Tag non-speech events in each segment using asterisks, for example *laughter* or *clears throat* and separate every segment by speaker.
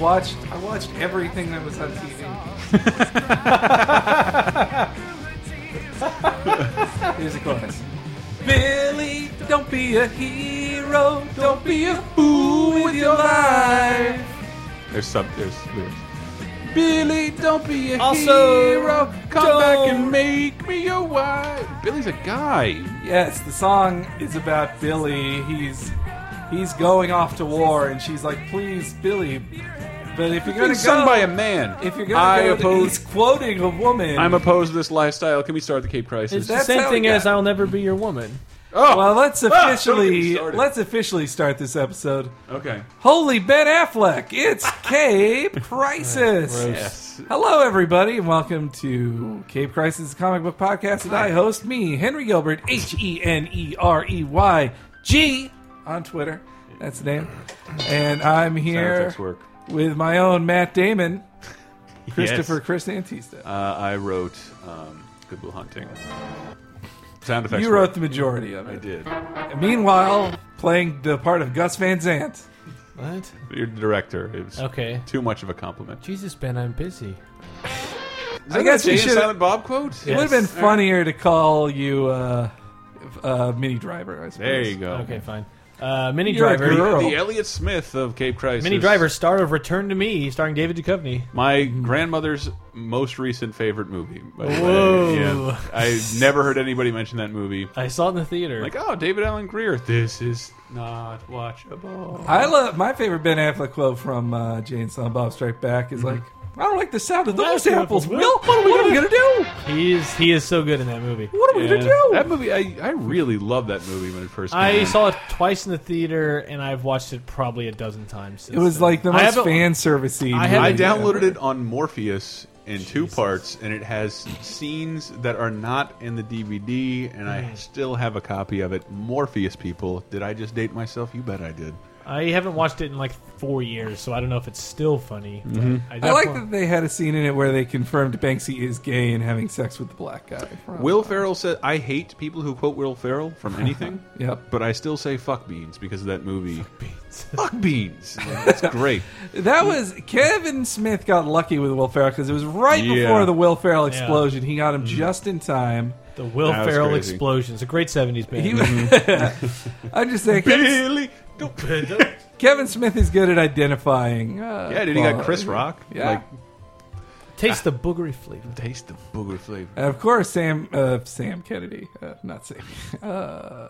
Speaker 1: watched I watched everything that was on
Speaker 2: *laughs*
Speaker 1: TV. Here's a chorus. Billy, don't be a hero. Don't be a fool with your life.
Speaker 3: There's sub. There's lyrics.
Speaker 1: Billy, don't be a
Speaker 2: Also,
Speaker 1: hero. Come back
Speaker 2: don't-
Speaker 1: and make me your wife.
Speaker 3: Billy's a guy.
Speaker 1: Yes, the song is about Billy. He's he's going off to war, and she's like, "Please, Billy." But if you're
Speaker 3: Being
Speaker 1: gonna
Speaker 3: sung
Speaker 1: go,
Speaker 3: by a man.
Speaker 1: if you're gonna
Speaker 3: I
Speaker 1: go, to-
Speaker 3: oppose.
Speaker 1: he's quoting a woman.
Speaker 3: I'm opposed to this lifestyle. Can we start the Cape Crisis?
Speaker 2: It's the
Speaker 1: That's
Speaker 2: same
Speaker 1: how
Speaker 2: thing
Speaker 1: we got-
Speaker 2: as I'll never be your woman.
Speaker 3: *laughs* oh,
Speaker 1: well, let's
Speaker 3: Ah, don't get me
Speaker 1: officially
Speaker 3: started.
Speaker 1: let's officially start this episode.
Speaker 3: okay.
Speaker 1: Holy Ben Affleck!
Speaker 3: *laughs*
Speaker 1: It's Cape Crisis.
Speaker 3: Yes.
Speaker 1: Hello, everybody, and welcome to Cape Crisis Comic Book Podcast. And I host me, Henry Gilbert, H E N E R E Y G, on Twitter. That's the name. And I'm
Speaker 3: Sound
Speaker 1: here
Speaker 3: effects work.
Speaker 1: with my own Matt Damon, Christopher
Speaker 3: Yes.
Speaker 1: Chris Antista.
Speaker 3: Uh, I wrote um, Good Will Hunting. Sound effects.
Speaker 1: you
Speaker 3: work.
Speaker 1: wrote the majority of
Speaker 3: I
Speaker 1: it.
Speaker 3: did.
Speaker 1: And meanwhile, playing the part of Gus Van Zant.
Speaker 2: What?
Speaker 3: You're the director. It was
Speaker 2: Okay.
Speaker 3: too much of a compliment.
Speaker 2: Jesus, Ben, I'm busy.
Speaker 3: Is that
Speaker 1: guess
Speaker 3: a Jay
Speaker 1: we
Speaker 3: and
Speaker 1: should've-
Speaker 3: Silent Bob quote?
Speaker 1: It
Speaker 2: Yeah.
Speaker 1: would have been
Speaker 2: Yes.
Speaker 1: funnier to call you uh, uh, Mini Driver, I suppose.
Speaker 3: There you go.
Speaker 2: Okay, fine. Uh, Mini
Speaker 1: You're a
Speaker 2: Driver.
Speaker 1: girl.
Speaker 3: The, the Elliot Smith of Cape Crisis.
Speaker 2: Mini Driver, star of Return to Me, starring David Duchovny.
Speaker 3: My grandmother's most recent favorite movie. by the way.
Speaker 2: Whoa.
Speaker 3: Yeah. I never heard anybody mention that movie.
Speaker 2: I saw it in the theater.
Speaker 3: Like, oh, David Allen Greer. This is not watchable.
Speaker 1: I love my favorite Ben Affleck quote from uh, Jane Silent Bob Strike Back is like, I don't like the sound of those
Speaker 2: That's
Speaker 1: apples,
Speaker 2: beautiful.
Speaker 1: Will. What are we gonna, do?
Speaker 2: he is he is so good in that movie.
Speaker 1: What are we
Speaker 3: Yeah.
Speaker 1: gonna do?
Speaker 3: That movie, I, I really loved that movie when it first came
Speaker 2: I
Speaker 3: out.
Speaker 2: saw it twice in the theater, and I've watched it probably a dozen times. Since
Speaker 1: it was
Speaker 2: then.
Speaker 1: like the
Speaker 2: I
Speaker 1: most
Speaker 2: haven't-
Speaker 1: fan servicey.
Speaker 2: I
Speaker 3: I
Speaker 2: haven't-
Speaker 3: downloaded it on Morpheus in two parts, and it has scenes that are not in the DVD, and
Speaker 2: Mm.
Speaker 3: I still have a copy of it. Morpheus, people. Did I just date myself? You bet I did.
Speaker 2: I haven't watched it in like four years, so I don't know if it's still funny. but
Speaker 3: Mm-hmm.
Speaker 2: I,
Speaker 1: I like
Speaker 2: definitely-
Speaker 1: that they had a scene in it where they confirmed Banksy is gay and having sex with the black guy. From,
Speaker 3: Will Ferrell said, "I hate people who quote Will Ferrell from anything,
Speaker 1: Yep.
Speaker 3: but I still say fuck beans because of that movie.
Speaker 2: *laughs*
Speaker 3: Fuck beans. fuck beans. That's great.
Speaker 1: That was Kevin Smith got lucky with Will Ferrell because it was right
Speaker 3: Yeah.
Speaker 1: before the Will Ferrell explosion. He got him just in time.
Speaker 2: the Will
Speaker 3: That was
Speaker 2: Ferrell
Speaker 3: crazy.
Speaker 2: explosions. A great '70s band.
Speaker 1: He
Speaker 3: *laughs*
Speaker 2: *laughs*
Speaker 1: was.
Speaker 3: Mm-hmm.
Speaker 1: *laughs* I'm just saying, Kevin,
Speaker 3: Billy, *laughs* don't-
Speaker 1: Kevin Smith is good at identifying. Uh,
Speaker 3: yeah, did he got
Speaker 1: qualities.
Speaker 3: Chris Rock?
Speaker 1: Yeah.
Speaker 3: like,
Speaker 2: Taste the boogery flavor.
Speaker 3: taste the booger flavor.
Speaker 1: And of course, Sam uh, Sam Kennedy, uh, not Sam, *laughs* uh,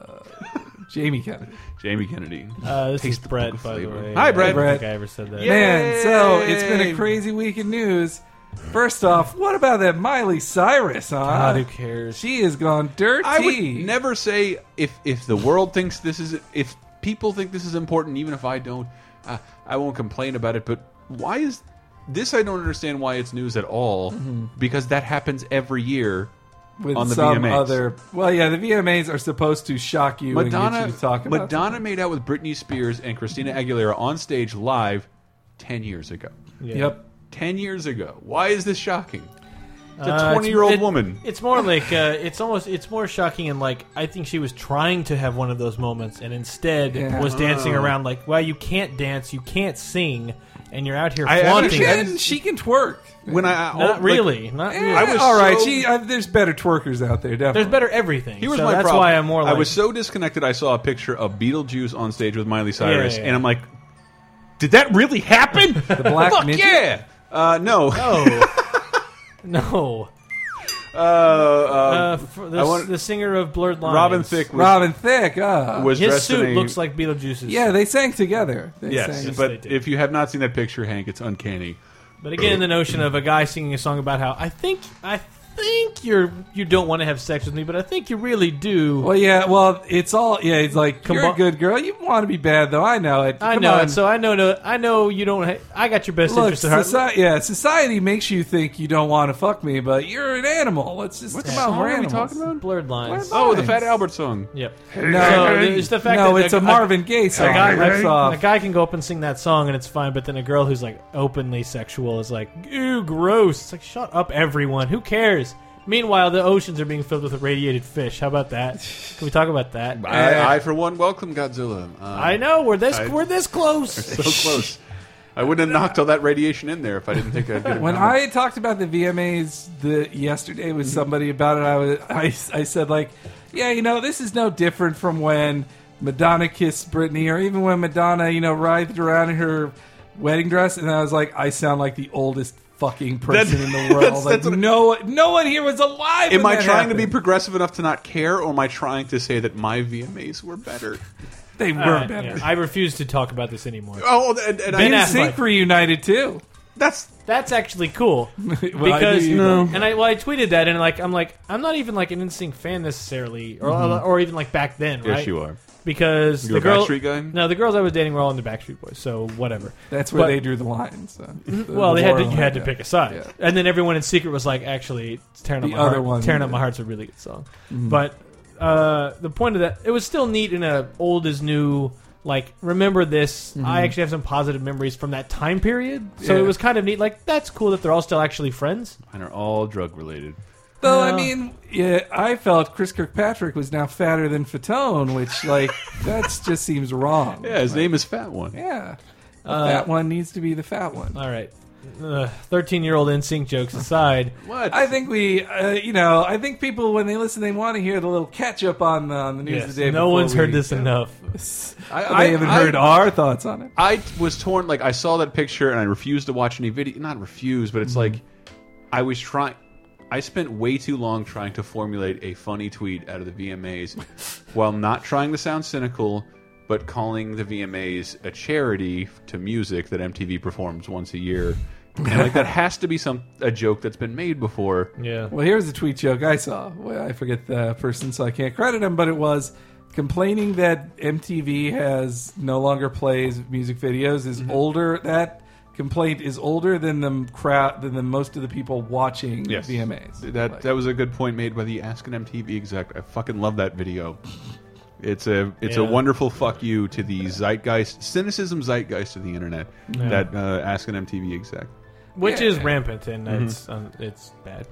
Speaker 1: Jamie Kennedy.
Speaker 3: Jamie Kennedy.
Speaker 2: Uh, this
Speaker 3: Taste
Speaker 2: is
Speaker 3: the
Speaker 2: Brett,
Speaker 3: booger
Speaker 2: by the
Speaker 3: flavor.
Speaker 2: way.
Speaker 3: Hi, Brett.
Speaker 2: I don't
Speaker 1: Brett.
Speaker 2: think I ever said that.
Speaker 3: Yeah.
Speaker 1: Man, so it's been
Speaker 3: Yay.
Speaker 1: a crazy week in news. First off, what about that Miley Cyrus? Huh?
Speaker 2: God, who cares?
Speaker 1: She has gone dirty.
Speaker 3: I would never say if if the world thinks this is if people think this is important, even if I don't, uh, I won't complain about it. But why is this? I don't understand why it's news at all because that happens every year.
Speaker 1: with
Speaker 3: on the
Speaker 1: some
Speaker 3: VMAs.
Speaker 1: other. Well, yeah, the VMAs are supposed to shock you and get
Speaker 3: Madonna
Speaker 1: you to talk about.
Speaker 3: Madonna
Speaker 1: something.
Speaker 3: made out with Britney Spears and Christina Aguilera on stage live ten years ago.
Speaker 2: Yeah.
Speaker 1: Yep.
Speaker 3: Ten years ago. Why is this shocking? It's
Speaker 2: Uh,
Speaker 3: a
Speaker 2: it's-
Speaker 3: twenty-year-old
Speaker 2: it-
Speaker 3: woman.
Speaker 2: It's more like uh, it's almost it's more shocking and like I think she was trying to have one of those moments and instead
Speaker 1: Yeah.
Speaker 2: was
Speaker 3: Oh.
Speaker 2: dancing around like, well, you can't dance, you can't sing, and you're out here
Speaker 3: I- I
Speaker 2: flaunting.
Speaker 3: understand.
Speaker 2: it."
Speaker 1: Can, she can twerk.
Speaker 3: When I, I
Speaker 2: Not
Speaker 3: like,
Speaker 2: really, not really.
Speaker 1: I
Speaker 3: was
Speaker 1: all right.
Speaker 3: so-
Speaker 1: She, I, there's better twerkers out there. Definitely.
Speaker 2: There's better everything.
Speaker 3: Here was
Speaker 2: so
Speaker 3: my
Speaker 2: that's
Speaker 3: problem.
Speaker 2: why I'm more like
Speaker 3: I was so disconnected. I saw a picture of Beetlejuice on stage with Miley Cyrus,
Speaker 2: Yeah, yeah,
Speaker 3: and I'm like, "Did that really
Speaker 2: *laughs*
Speaker 3: happen? the
Speaker 1: black
Speaker 3: Fuck
Speaker 1: ninja?
Speaker 3: yeah! Uh, no,
Speaker 2: oh. *laughs* no.
Speaker 3: *laughs* Uh, uh,
Speaker 2: Uh, for
Speaker 3: I
Speaker 2: the,
Speaker 3: want-
Speaker 2: the singer of Blurred Lines.
Speaker 3: Robin Thicke was,
Speaker 1: Robin Thicke. Uh,
Speaker 3: was
Speaker 2: His
Speaker 3: dressed in
Speaker 2: suit
Speaker 3: a-
Speaker 2: looks like Beetlejuice's.
Speaker 1: yeah, they sang together. They
Speaker 3: yes,
Speaker 1: sang.
Speaker 2: Yes, they
Speaker 3: but
Speaker 2: did.
Speaker 3: if you have not seen that picture, Hank, it's uncanny.
Speaker 2: But again, the notion of a guy singing a song about how I think I think you're you don't want to have sex with me, but I think you really do.
Speaker 1: Well, yeah. Well, it's all. Yeah, it's like you're a
Speaker 2: Combi-
Speaker 1: good girl. You want to be bad, though. I know it.
Speaker 2: I
Speaker 1: Come
Speaker 2: know
Speaker 1: on.
Speaker 2: it, so I know. No, I know you don't. Ha- I got your best
Speaker 1: Look,
Speaker 2: interest at heart.
Speaker 1: soci- yeah, society makes you think you don't want to fuck me, but you're an animal. Let's just come on.
Speaker 3: song
Speaker 1: We're
Speaker 3: are we
Speaker 1: animals.
Speaker 3: talking about?
Speaker 2: Blurred lines.
Speaker 1: Blurred
Speaker 3: Oh, the
Speaker 1: Nice.
Speaker 3: Fat Albert song.
Speaker 2: Yep.
Speaker 1: No,
Speaker 2: So it's the fact
Speaker 1: no,
Speaker 2: that
Speaker 1: it's
Speaker 2: a,
Speaker 1: a Marvin Gaye
Speaker 2: A,
Speaker 1: song.
Speaker 2: a guy,
Speaker 1: Rips
Speaker 2: a,
Speaker 1: off.
Speaker 2: guy can go up and sing that song and it's fine, but then a girl who's like openly sexual is like, "Ew, gross." It's like, shut up, everyone. Who cares? Meanwhile, the oceans are being filled with irradiated fish. How about that? Can we talk about that?
Speaker 3: I, I, for one, welcome Godzilla. Uh,
Speaker 2: I know we're this
Speaker 3: I- *laughs*
Speaker 2: we're this close.
Speaker 3: so close. I wouldn't have knocked all that radiation in there if I didn't think I'd get it.
Speaker 1: When I talked about the VMAs the yesterday with
Speaker 2: Mm-hmm.
Speaker 1: somebody about it, I was I, I said like, yeah, you know, this is no different from when Madonna kissed Britney, or even when Madonna, you know, writhed around in her wedding dress, and I was like, I sound like the oldest fucking person
Speaker 3: That's-
Speaker 2: *laughs*
Speaker 1: in the world.
Speaker 3: that's-
Speaker 1: like
Speaker 3: that's what-
Speaker 1: no no one here was alive.
Speaker 3: Am
Speaker 1: when
Speaker 3: I
Speaker 1: that
Speaker 3: trying to be
Speaker 1: happened.
Speaker 3: progressive enough to not care, or am I trying to say that my VMAs were better?
Speaker 1: They were
Speaker 2: All right,
Speaker 1: better.
Speaker 2: yeah. I refuse to talk about this anymore.
Speaker 3: Oh, and, and
Speaker 2: Ben
Speaker 3: I,
Speaker 2: Affleck.
Speaker 1: Sync reunited too. *laughs*
Speaker 3: that's
Speaker 2: That's actually *laughs* cool
Speaker 1: Well, I
Speaker 2: because
Speaker 1: knew you-
Speaker 2: and I well I tweeted that and like I'm like I'm not even like an NSYNC fan necessarily or or even like back then right
Speaker 3: Mm-hmm. are.
Speaker 2: because
Speaker 3: You
Speaker 2: the
Speaker 3: a
Speaker 2: girl
Speaker 3: Backstreet guy?
Speaker 2: no the girls I was dating were all in the Backstreet Boys so whatever
Speaker 1: That's where
Speaker 2: But-
Speaker 1: they drew the line. So. The-
Speaker 2: well
Speaker 1: the
Speaker 2: they had to, you
Speaker 1: moral
Speaker 2: had to
Speaker 1: of it.
Speaker 2: pick a side
Speaker 1: Yeah.
Speaker 2: and then everyone in secret was like actually it's tearing up
Speaker 1: The
Speaker 2: my heart.
Speaker 1: other one,
Speaker 2: tearing
Speaker 1: yeah.
Speaker 2: up
Speaker 1: Mm-hmm.
Speaker 2: my heart's a really good song but uh, the point of that it was still neat in a old is new like remember this I actually have some positive memories from that time period so
Speaker 1: Mm-hmm. Yeah.
Speaker 2: it was kind of neat like that's cool that they're all still actually friends.
Speaker 3: Mine are all drug related.
Speaker 1: Though I
Speaker 2: Yeah.
Speaker 1: mean, Uh, yeah, I felt Chris Kirkpatrick was now fatter than Fatone, which like that just seems wrong.
Speaker 3: Yeah, his name is Fat One.
Speaker 1: Yeah. The fat one needs to be the fat one.
Speaker 2: All right. Uh, Thirteen-year-old NSYNC jokes aside,
Speaker 3: What?
Speaker 1: I think we, uh, you know, I think people when they listen, they want to hear the little catch up on, uh, on the news
Speaker 2: yes,
Speaker 1: of the day.
Speaker 2: no
Speaker 1: before
Speaker 2: one's
Speaker 1: we-
Speaker 2: heard this enough.
Speaker 3: I,
Speaker 1: They haven't heard our thoughts on it.
Speaker 3: I was torn. Like I saw that picture and I refused to watch any video. Not refuse, but it's like I was trying. I spent way too long trying to formulate a funny tweet out of the VMAs, while not trying to sound cynical, but calling the VMAs a charity to music that MTV performs once a year. And like that has to be some a joke that's been made before.
Speaker 2: Yeah,
Speaker 1: Well, here's a tweet joke I saw. Well, I forget the person, so I can't credit him, but it was complaining that MTV has no longer plays music videos
Speaker 3: Mm-hmm.
Speaker 1: is older. That complaint is older than the crowd than the most of the people watching
Speaker 3: Yes.
Speaker 1: VMAs.
Speaker 3: That
Speaker 1: Like,
Speaker 3: that was a good point made by the Ask an MTV exec. I fucking love that video. It's a it's a
Speaker 2: Yeah.
Speaker 3: wonderful fuck you to the zeitgeist cynicism zeitgeist of the internet. That uh, Ask an MTV exec.
Speaker 2: *laughs* which
Speaker 1: Yeah.
Speaker 2: is rampant and it's um, it's bad.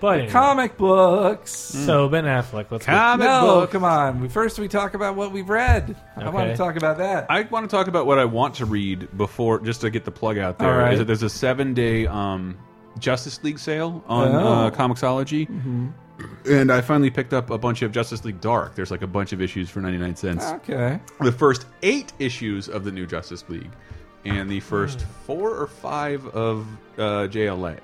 Speaker 2: But anyway,
Speaker 1: comic books.
Speaker 2: so Ben Affleck, let's go.
Speaker 3: Mm-hmm. Comic
Speaker 1: no,
Speaker 3: book.
Speaker 1: come on. We first we talk about what we've read. I
Speaker 2: Okay.
Speaker 1: want to talk about that.
Speaker 3: I want to talk about what I want to read before, just to get the plug out there.
Speaker 1: All right.
Speaker 3: is that there's a seven day um, Justice League sale on
Speaker 1: Oh. Mm-hmm.
Speaker 3: uh, Comixology, and I finally picked up a bunch of Justice League Dark. There's like a bunch of issues for ninety nine cents.
Speaker 1: okay.
Speaker 3: the first eight issues of the new Justice League and the first
Speaker 1: Hmm.
Speaker 3: four or five of uh, JLA,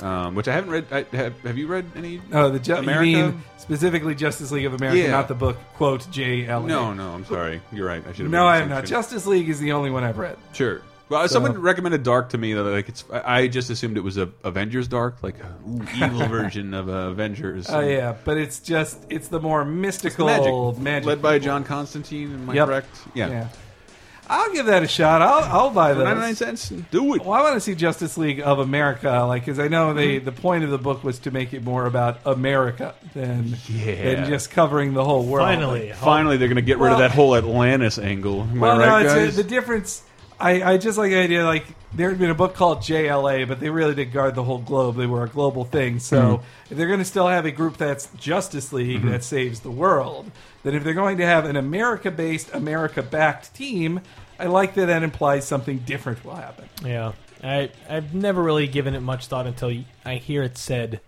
Speaker 3: um, which I haven't read. I, have, have you read any?
Speaker 1: Hmm. Oh, the ju-
Speaker 3: America?
Speaker 1: you mean specifically Justice League of America,
Speaker 3: Yeah.
Speaker 1: not the book quote JLA.
Speaker 3: No, no, I'm sorry. You're right. I should have.
Speaker 1: No,
Speaker 3: made a
Speaker 1: I have not.
Speaker 3: distinction.
Speaker 1: Justice League is the only one I've read.
Speaker 3: sure. Well, someone recommended Dark to me that like it's. I I just assumed it was a Avengers Dark, like ooh,
Speaker 1: *laughs*
Speaker 3: evil version of uh, Avengers.
Speaker 1: Oh yeah, but it's just it's the more mystical
Speaker 3: magic,
Speaker 1: magic,
Speaker 3: led by John Constantine. Am I
Speaker 1: Yep.
Speaker 3: correct? Yeah.
Speaker 1: Yeah. I'll give that a shot. I'll I'll buy
Speaker 3: Ninety nine
Speaker 1: those.
Speaker 3: cents. Do it.
Speaker 1: Well, I want to see Justice League of America, like because I know they the point of the book was to make it more about America than
Speaker 3: Yeah.
Speaker 1: than just covering the whole world.
Speaker 2: Finally,
Speaker 3: Finally, they're going to get rid of
Speaker 1: Well-
Speaker 3: that whole Atlantis angle. Am
Speaker 1: well,
Speaker 3: I right,
Speaker 1: no,
Speaker 3: guys?
Speaker 1: it's, uh, the difference. I, I just like the idea. Like there had been a book called JLA, but they really did guard the whole globe. They were a global thing. So
Speaker 3: Hmm.
Speaker 1: if they're going to still have a group that's Justice League
Speaker 3: Mm-hmm.
Speaker 1: that saves the world, then if they're going to have an America-based, America-backed team, I like that. That implies something different will happen.
Speaker 2: Yeah, I I've never really given it much thought until y- I hear it said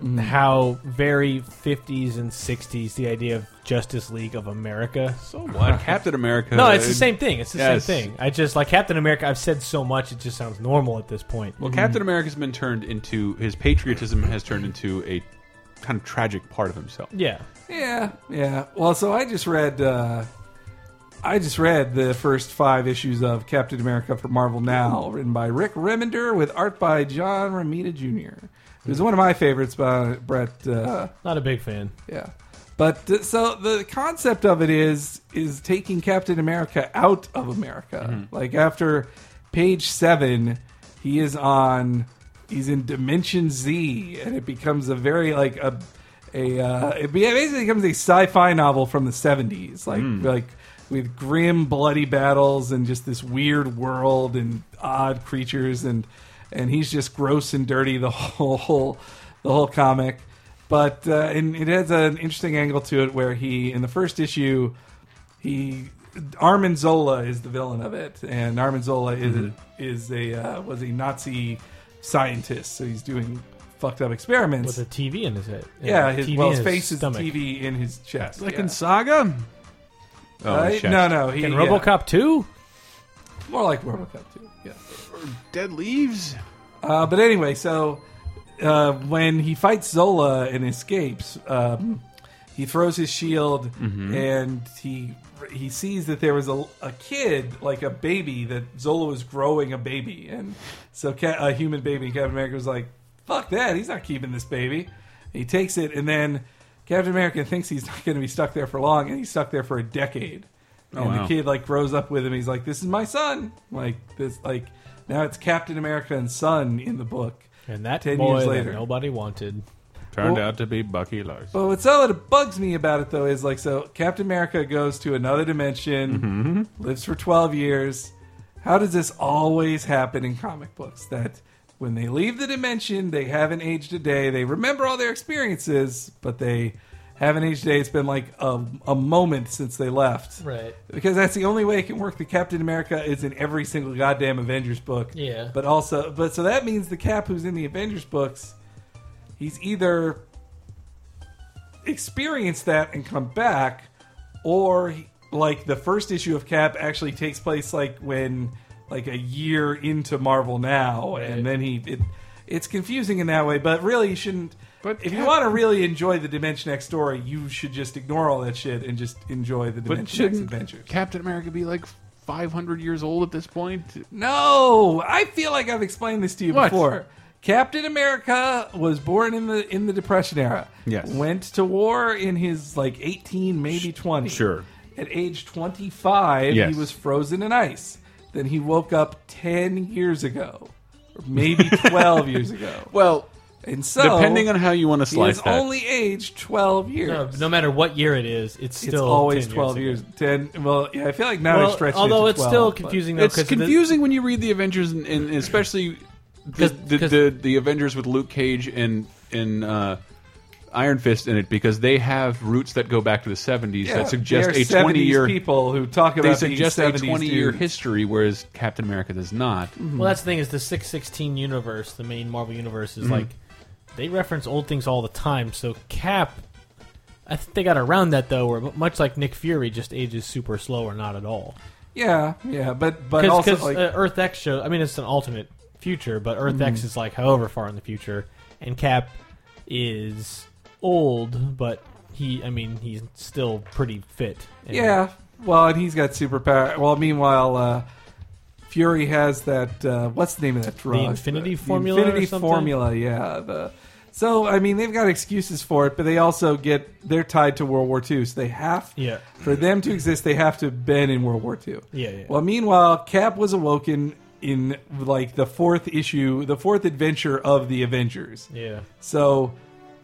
Speaker 1: Mm.
Speaker 2: how very 50s and 60s the idea of Justice League of America.
Speaker 3: So what? Captain America.
Speaker 2: No,
Speaker 1: Uh,
Speaker 2: it's the same thing. It's the
Speaker 3: Yes.
Speaker 2: same thing. I just like Captain America. I've said so much; it just sounds normal at this point.
Speaker 3: Well, Captain America's been turned into his patriotism has turned into a kind of tragic part of himself.
Speaker 2: yeah,
Speaker 1: Yeah, yeah. Well, so I just read. Uh, I just read the first five issues of Captain America for Marvel Now, written by Rick Remender with art by John Romita Jr. Who's one of my favorites, by Brett. Uh,
Speaker 2: not a big fan.
Speaker 1: yeah, but uh, so the concept of it is is taking Captain America out of America. Like after page seven, he is on. He's in Dimension Z, and it becomes a very like a a uh, it be- it basically becomes a sci-fi novel from the seventies, like like with grim, bloody battles and just this weird world and odd creatures and and he's just gross and dirty the *laughs* whole, whole the whole comic. But uh, and it has an interesting angle to it where he in the first issue he Armin Zola is the villain of it, and Armin Zola is
Speaker 3: Mm-hmm.
Speaker 1: is a uh, was a Nazi scientist, so he's doing fucked up experiments.
Speaker 2: with a TV in his head.
Speaker 1: yeah,
Speaker 2: a
Speaker 1: his,
Speaker 2: TV
Speaker 1: well,
Speaker 2: in
Speaker 1: his face
Speaker 2: stomach.
Speaker 1: is TV in his chest.
Speaker 3: Like
Speaker 1: yeah.
Speaker 3: in Saga? Oh,
Speaker 1: Uh,
Speaker 3: chest.
Speaker 1: no, no, he,
Speaker 2: And
Speaker 1: yeah.
Speaker 2: RoboCop two.
Speaker 1: more like RoboCop too. Yeah.
Speaker 3: Dead leaves?
Speaker 1: Uh, but anyway, so uh, when he fights Zola and escapes, um, he throws his shield
Speaker 3: Mm-hmm.
Speaker 1: and he he sees that there was a, a kid, like a baby, that Zola was growing a baby, and so Ca a human baby. Captain America was like, "Fuck that! He's not keeping this baby." He takes it, and then Captain America thinks he's not going to be stuck there for long, and he's stuck there for a decade.
Speaker 3: Oh,
Speaker 1: and
Speaker 3: wow.
Speaker 1: the kid like grows up with him. He's like, "This is my son." Like this, like now it's Captain America and son in the book.
Speaker 2: And that
Speaker 1: 10
Speaker 2: boy
Speaker 1: years
Speaker 2: that
Speaker 1: later.
Speaker 2: nobody wanted.
Speaker 3: Turned
Speaker 1: Well-
Speaker 3: out to be Bucky Larson.
Speaker 1: But what's all that bugs me about it though is like, so Captain America goes to another dimension, lives for twelve years. How does this always happen in comic books? That when they leave the dimension, they haven't aged a day. They remember all their experiences, but they haven't aged a day. It's been like a, a moment since they left.
Speaker 2: Right.
Speaker 1: because that's the only way it can work. The Captain America is in every single goddamn Avengers book.
Speaker 2: Yeah.
Speaker 1: But also, but so that means the Cap who's in the Avengers books, he's either experienced that and come back, or he- like the first issue of Cap actually takes place like when like a year into Marvel now,
Speaker 2: Right.
Speaker 1: and then he it, it's confusing in that way. But really, you shouldn't.
Speaker 3: But
Speaker 1: if you
Speaker 3: Cap-
Speaker 1: want to really enjoy the Dimension X story, you should just ignore all that shit and just enjoy the
Speaker 3: But
Speaker 1: Dimension X
Speaker 3: shouldn't
Speaker 1: adventures.
Speaker 3: Captain America be like 500 years old at this point?
Speaker 1: No, I feel like I've explained this to you
Speaker 3: What?
Speaker 1: before. Captain America was born in the in the Depression era.
Speaker 3: Yes.
Speaker 1: Went to war in his like 18, maybe 20.
Speaker 3: sure.
Speaker 1: At age 25,
Speaker 3: Yes.
Speaker 1: he was frozen in ice. Then he woke up 10 years ago, or
Speaker 3: *laughs*
Speaker 1: maybe 12 years ago.
Speaker 3: Well,
Speaker 1: And so
Speaker 3: depending on how you want to
Speaker 1: he
Speaker 3: slice
Speaker 1: is
Speaker 3: that.
Speaker 1: only aged 12 years.
Speaker 2: No, no matter what year it is, it's
Speaker 1: it's
Speaker 2: still
Speaker 1: always
Speaker 2: 10
Speaker 1: 12 years.
Speaker 2: ago.
Speaker 1: 10 Well, yeah, I feel like now they're
Speaker 2: Well,
Speaker 1: stretching
Speaker 2: although
Speaker 1: it to
Speaker 2: it's
Speaker 1: 12,
Speaker 2: still
Speaker 1: but-
Speaker 2: confusing though,
Speaker 3: it's
Speaker 2: because
Speaker 3: confusing when you read the Avengers, and, and especially the,
Speaker 2: 'Cause-
Speaker 3: the,
Speaker 2: 'cause-
Speaker 3: the, the Avengers with Luke Cage and and uh, Iron Fist in it, because they have roots that go back to the seventies
Speaker 1: Yeah,
Speaker 3: that suggest a
Speaker 1: they are
Speaker 3: twenty
Speaker 1: 70s
Speaker 3: year
Speaker 1: people who talk about
Speaker 3: they
Speaker 1: being
Speaker 3: suggest a
Speaker 1: 70s
Speaker 3: twenty year
Speaker 1: dudes.
Speaker 3: history, whereas Captain America does not.
Speaker 2: Well, that's the thing is the 616 universe, the main Marvel universe, is like they reference old things all the time. So Cap, I think they got around that though, where much like Nick Fury, just ages super slow or not at all.
Speaker 1: Yeah, yeah, but but
Speaker 2: Because
Speaker 1: also like,
Speaker 2: uh, Earth X show. I mean, it's an alternate future, but Earth X is like however far in the future, and Cap is old, but he, I mean, he's still pretty fit. And-
Speaker 1: yeah. Well, and he's got superpower. Well, meanwhile, uh, Fury has that. Uh, what's the name of that drug?
Speaker 2: Infinity formula or
Speaker 1: Infinity
Speaker 2: something?
Speaker 1: formula. Yeah. The, so I mean, they've got excuses for it, but they also get they're tied to World War II, so they have
Speaker 2: yeah,
Speaker 1: for them to exist, they have to have been in World War II.
Speaker 2: yeah, yeah.
Speaker 1: Well, meanwhile, Cap was awoken in like the fourth issue, the fourth adventure of the Avengers.
Speaker 2: yeah.
Speaker 1: So,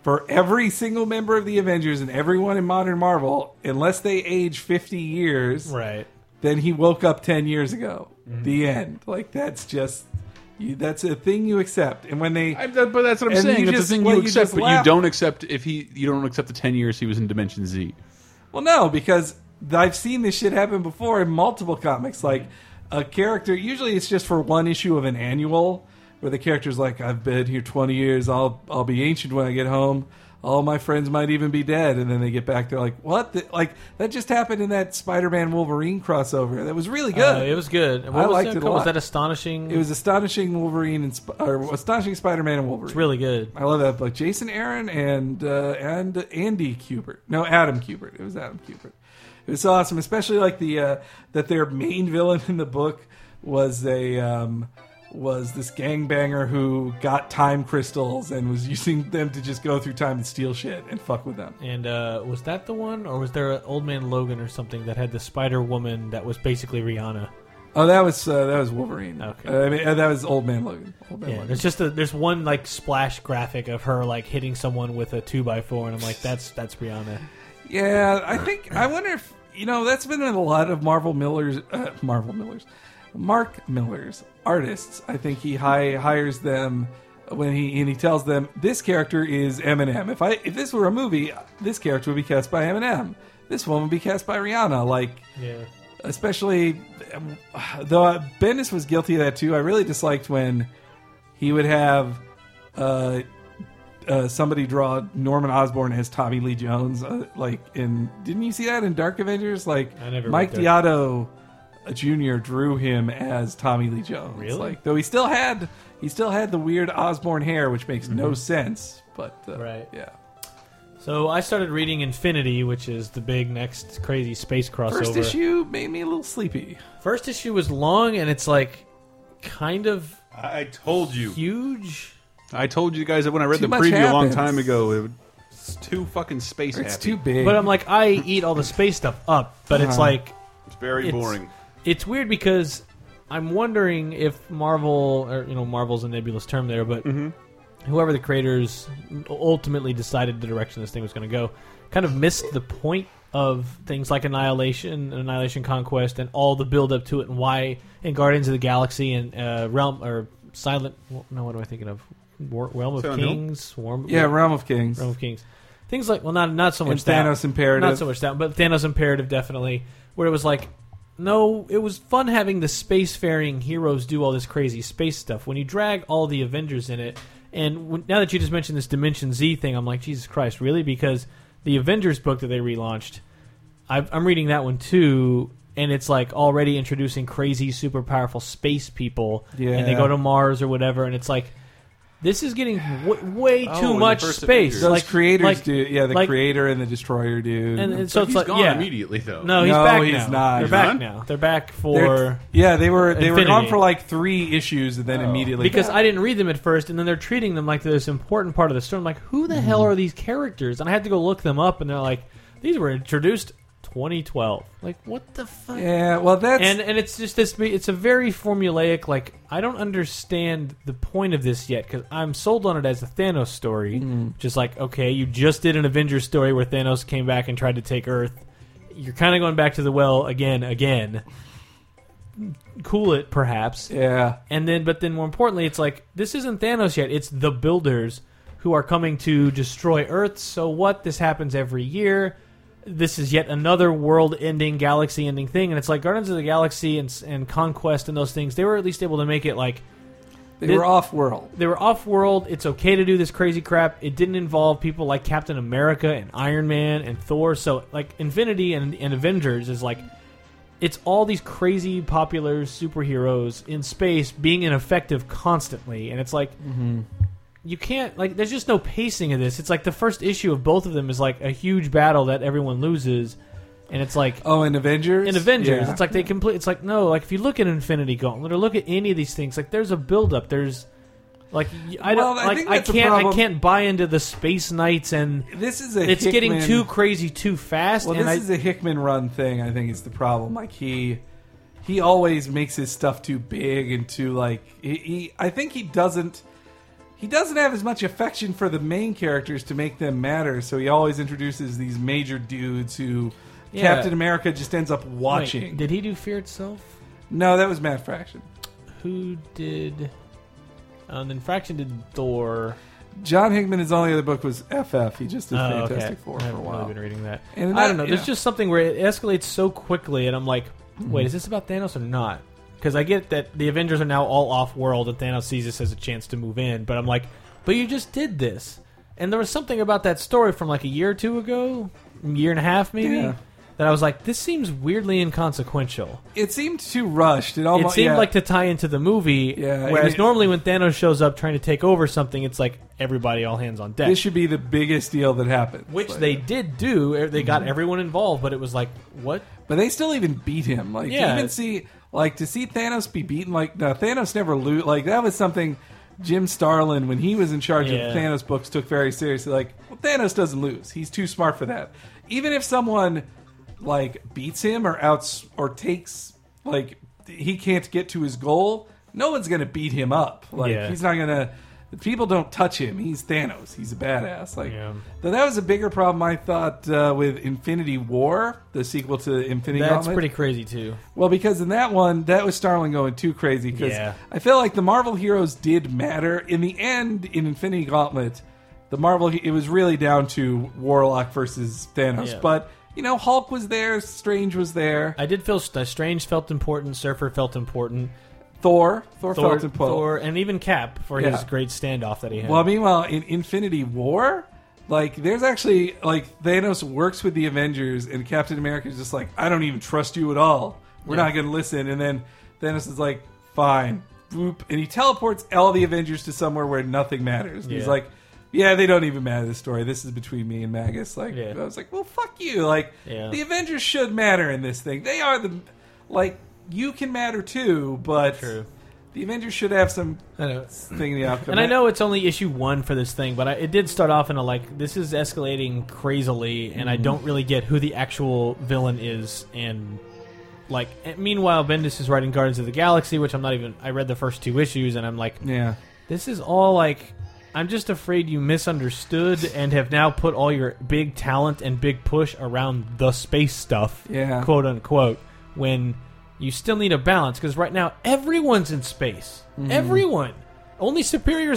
Speaker 1: for every single member of the Avengers and everyone in modern Marvel, unless they age 50 years,
Speaker 2: Right.
Speaker 1: then he woke up 10 years ago. The end. Like, that's just, you, that's a thing you accept. And when they.
Speaker 3: I, that, but that's what I'm
Speaker 1: And
Speaker 3: saying.
Speaker 1: you
Speaker 3: It's
Speaker 1: just-
Speaker 3: a thing
Speaker 1: well,
Speaker 3: you
Speaker 1: you
Speaker 3: accept,
Speaker 1: just
Speaker 3: but
Speaker 1: laugh.
Speaker 3: you don't accept if he you don't accept the ten years he was in Dimension Z.
Speaker 1: Well, no, because th- I've seen this shit happen before in multiple
Speaker 2: Mm-hmm.
Speaker 1: comics. Like a character, usually it's just for one issue of an annual, where the character's like, "I've been here twenty years. I'll I'll be ancient when I get home. All my friends might even be dead." And then they get back, they're like, "What?" The-? Like that just happened in that Spider-Man Wolverine crossover. That was really good.
Speaker 2: Uh, it was good. What
Speaker 1: I
Speaker 2: was
Speaker 1: liked
Speaker 2: that
Speaker 1: it a
Speaker 2: called?
Speaker 1: lot.
Speaker 2: Was that astonishing?
Speaker 1: it was astonishing Wolverine and Sp- or astonishing Spider-Man and Wolverine.
Speaker 2: It's really good.
Speaker 1: I love that book. Jason Aaron and uh, and Andy Kubert. No, Adam Kubert. It was Adam Kubert. It was awesome, especially like the uh, that their main villain in the book was a um, was this gangbanger who got time crystals and was *laughs* using them to just go through time and steal shit and fuck with them.
Speaker 2: And uh, was that the one, or was there an Old Man Logan or something that had the Spider Woman that was basically Rihanna?
Speaker 1: Oh, that was uh, that was Wolverine.
Speaker 2: Okay.
Speaker 1: Uh, I mean uh, that was Old Man Logan. Old Man
Speaker 2: Yeah,
Speaker 1: Logan.
Speaker 2: there's just a there's one like splash graphic of her like hitting someone with a two by four, and I'm like, that's that's Rihanna.
Speaker 1: Yeah, I think I wonder if you know that's been in a lot of Marvel Miller's uh, Marvel Miller's Mark Miller's artists. I think he hi- hires them when he and he tells them this character is Eminem. If I if this were a movie, this character would be cast by Eminem. This one would be cast by Rihanna. Like
Speaker 2: Yeah,
Speaker 1: especially though uh, Bendis was guilty of that too. I really disliked when he would have uh, uh, somebody draw Norman Osborn as Tommy Lee Jones. Uh, like in didn't you see that in Dark Avengers? Like
Speaker 2: I never
Speaker 1: Mike
Speaker 2: read Dark-
Speaker 1: Diotto uh, Jr. drew him as Tommy Lee Jones.
Speaker 2: Really?
Speaker 1: Like though he still had he still had the weird Osborn hair, which makes no sense. But uh,
Speaker 2: Mm-hmm. Right.
Speaker 1: yeah.
Speaker 2: So I started reading Infinity, which is the big next crazy space crossover.
Speaker 1: First issue made me a little sleepy.
Speaker 2: First issue was long, and it's like kind of
Speaker 4: I told you.
Speaker 2: huge.
Speaker 3: I told you guys that when I read
Speaker 1: Too
Speaker 3: the
Speaker 1: much
Speaker 3: preview a long
Speaker 1: happens.
Speaker 3: time ago, it, it's too fucking space
Speaker 1: It's
Speaker 3: happy.
Speaker 1: too big.
Speaker 2: But I'm like, I eat all the space stuff up, but it's
Speaker 1: Uh-huh.
Speaker 2: like
Speaker 4: It's very
Speaker 2: It's-
Speaker 4: boring.
Speaker 2: it's weird because I'm wondering if Marvel, or you know, Marvel's a nebulous term there, but
Speaker 1: Mm-hmm.
Speaker 2: whoever the creators ultimately decided the direction this thing was going to go, kind of missed the point of things like Annihilation and Annihilation Conquest and all the build up to it, and why and Guardians of the Galaxy and uh, Realm or Silent. No, what am I thinking of? War, Realm of
Speaker 3: Silent Hill?
Speaker 2: Kings. War,
Speaker 1: yeah, Realm of Kings.
Speaker 2: Realm of Kings. Things like well, not not so
Speaker 1: and
Speaker 2: much that.
Speaker 1: Thanos Imperative.
Speaker 2: Not so much that, but Thanos Imperative definitely, where it was like, no, it was fun having the spacefaring heroes do all this crazy space stuff. When you drag all the Avengers in it, and when, now that you just mentioned this Dimension Z thing, I'm like, Jesus Christ, really? Because the Avengers book that they relaunched, I've, I'm reading that one too, and it's like already introducing crazy, super powerful space people, and they
Speaker 1: Yeah.
Speaker 2: go to Mars or whatever, and it's like. This is getting w- way too
Speaker 3: Oh, in the
Speaker 2: much
Speaker 3: first
Speaker 2: space.
Speaker 3: Avengers.
Speaker 1: Those
Speaker 2: like
Speaker 1: creators
Speaker 2: like-
Speaker 1: do, yeah, the
Speaker 2: like-
Speaker 1: creator and the destroyer do.
Speaker 2: and, and
Speaker 3: So
Speaker 2: so it's
Speaker 3: he's
Speaker 2: like
Speaker 3: gone
Speaker 2: yeah,
Speaker 3: immediately though.
Speaker 2: no, he's
Speaker 1: No,
Speaker 2: back
Speaker 1: he's
Speaker 2: now.
Speaker 1: not.
Speaker 2: They're
Speaker 1: He's
Speaker 2: back
Speaker 3: not?
Speaker 2: now. They're back
Speaker 1: They're-
Speaker 2: for
Speaker 1: yeah, they were they were gone
Speaker 2: Infinity. Oh.
Speaker 1: for like three issues and then immediately
Speaker 2: because I didn't read them at first, and then they're treating them like they're this important part of the story. I'm like, who the hell
Speaker 1: Mm-hmm.
Speaker 2: are these characters? And I had to go look them up, and they're like, these were introduced 2012. Like, what the fuck?
Speaker 1: yeah, well that's
Speaker 2: And and it's just this. It's a very formulaic. Like, I don't understand the point of this yet because I'm sold on it as a Thanos story. Just like, okay, you just did an Avengers story where Thanos came back and tried to take Earth. You're kind of going back to the well again, again. Cool it, perhaps.
Speaker 1: yeah,
Speaker 2: And then, but then more importantly, it's like this isn't Thanos yet. It's the builders who are coming to destroy Earth. So what? This happens every year. This is yet another world-ending, galaxy-ending thing. And it's like Guardians of the Galaxy and, and Conquest and those things. They were at least able to make it like
Speaker 1: they
Speaker 2: Did-
Speaker 1: were off world.
Speaker 2: they were off-world. It's okay to do this crazy crap. It didn't involve people like Captain America and Iron Man and Thor. So like Infinity and, and Avengers is like it's all these crazy popular superheroes in space being ineffective constantly and it's like you can't like there's just no pacing of this it's like the first issue of both of them is like a huge battle that everyone loses and it's like
Speaker 1: Oh, and Avengers
Speaker 2: in Avengers.
Speaker 1: Yeah.
Speaker 2: It's like they complete. It's like no, like if you look at Infinity Gauntlet or look at any of these things, like there's a buildup. There's like y- I don't
Speaker 1: Well, I
Speaker 2: like
Speaker 1: think
Speaker 2: I
Speaker 1: that's a
Speaker 2: can't I
Speaker 1: problem.
Speaker 2: can't buy into the space knights and
Speaker 1: this is a
Speaker 2: it's getting
Speaker 1: Hickman-
Speaker 2: too crazy too fast.
Speaker 1: Well,
Speaker 2: and
Speaker 1: this
Speaker 2: I,
Speaker 1: is a Hickman run thing. I think is the problem. Like he he always makes his stuff too big and too like he, he I think he doesn't he doesn't have as much affection for the main characters to make them matter. So he always introduces these major dudes who
Speaker 2: Yeah.
Speaker 1: Captain America just ends up
Speaker 2: Wait,
Speaker 1: watching.
Speaker 2: did he do Fear Itself?
Speaker 1: no, that was Matt Fraction.
Speaker 2: Who did? Um, then Fraction did Thor.
Speaker 1: John Hickman, his only other book was FF. He just did
Speaker 2: Oh, okay.
Speaker 1: Fantastic Four
Speaker 2: I
Speaker 1: for a
Speaker 2: haven't
Speaker 1: while.
Speaker 2: really been reading that.
Speaker 1: And
Speaker 2: I
Speaker 1: that-
Speaker 2: don't know.
Speaker 1: yeah. Mm-hmm.
Speaker 2: There's just something where it escalates so quickly, and I'm like, wait, is this about Thanos or not? Because I get that the Avengers are now all off world, and Thanos sees this as a chance to move in, but I'm like, but you just did this. And there was something about that story from like a year or two ago, year and a half maybe,
Speaker 1: Yeah.
Speaker 2: that I was like, this seems weirdly inconsequential.
Speaker 1: It seemed too rushed. It almost
Speaker 2: it seemed
Speaker 1: Um, yeah.
Speaker 2: like to tie into the movie,
Speaker 1: Yeah,
Speaker 2: whereas
Speaker 1: it-
Speaker 2: normally when Thanos shows up trying to take over something, it's like everybody all hands on deck.
Speaker 1: this should be the biggest deal that happened.
Speaker 2: which
Speaker 1: But-
Speaker 2: they did do. er, They got everyone involved, but it was like, what?
Speaker 1: But they still even beat him. Like
Speaker 2: Yeah.
Speaker 1: to even see like to see Thanos be beaten. Like no, Thanos never lose. Like that was something Jim Starlin when he was in charge
Speaker 2: Yeah.
Speaker 1: of Thanos books took very seriously. Like well, Thanos doesn't lose. He's too smart for that. Even if someone like beats him or outs or takes like he can't get to his goal, no one's gonna beat him up. Like
Speaker 2: Yeah.
Speaker 1: he's not gonna. People don't touch him. He's Thanos. He's a badass. Like
Speaker 2: Yeah.
Speaker 1: though that was a bigger problem I thought uh, with Infinity War, the sequel to Infinity.
Speaker 2: That's
Speaker 1: Gauntlet.
Speaker 2: pretty crazy too.
Speaker 1: well because in that one that was Starling going too crazy because
Speaker 2: Yeah.
Speaker 1: I feel like the Marvel heroes did matter in the end in Infinity Gauntlet. The Marvel it was really down to Warlock versus Thanos,
Speaker 2: Yeah.
Speaker 1: but you know, Hulk was there, Strange was there,
Speaker 2: I did feel st- uh, Strange felt important. Surfer felt important.
Speaker 1: Thor, Thor,
Speaker 2: Thor,
Speaker 1: felt important.
Speaker 2: Thor, and even Cap for his
Speaker 1: Yeah.
Speaker 2: great standoff that he had.
Speaker 1: Well, meanwhile, in Infinity War, like there's actually like Thanos works with the Avengers, and Captain America is just like, I don't even trust you at all. We're not going to listen. And then Thanos is like, fine, boop, and he teleports all the Avengers to somewhere where nothing matters. And He's
Speaker 2: Yeah.
Speaker 1: like. Yeah, they don't even matter. This story. This is between me and Magus. Like,
Speaker 2: Yeah.
Speaker 1: I was like, well, fuck you. Like,
Speaker 2: Yeah.
Speaker 1: the Avengers should matter in this thing. They are the, like, you can matter too, but
Speaker 2: True.
Speaker 1: the Avengers should have some
Speaker 2: I know.
Speaker 1: thing in the outcome.
Speaker 2: *laughs* And I know it's only issue one for this thing, but I, it did start off in a like this is escalating crazily, and I don't really get who the actual villain is. And like, and meanwhile, Bendis is writing Guardians of the Galaxy, which I'm not even. I read the first two issues, and I'm like,
Speaker 1: Yeah.
Speaker 2: this is all like. I'm just afraid you misunderstood and have now put all your big talent and big push around the space stuff,
Speaker 1: Yeah.
Speaker 2: quote unquote, when you still need a balance because right now everyone's in space.
Speaker 1: Mm-hmm.
Speaker 2: Everyone. Only Superior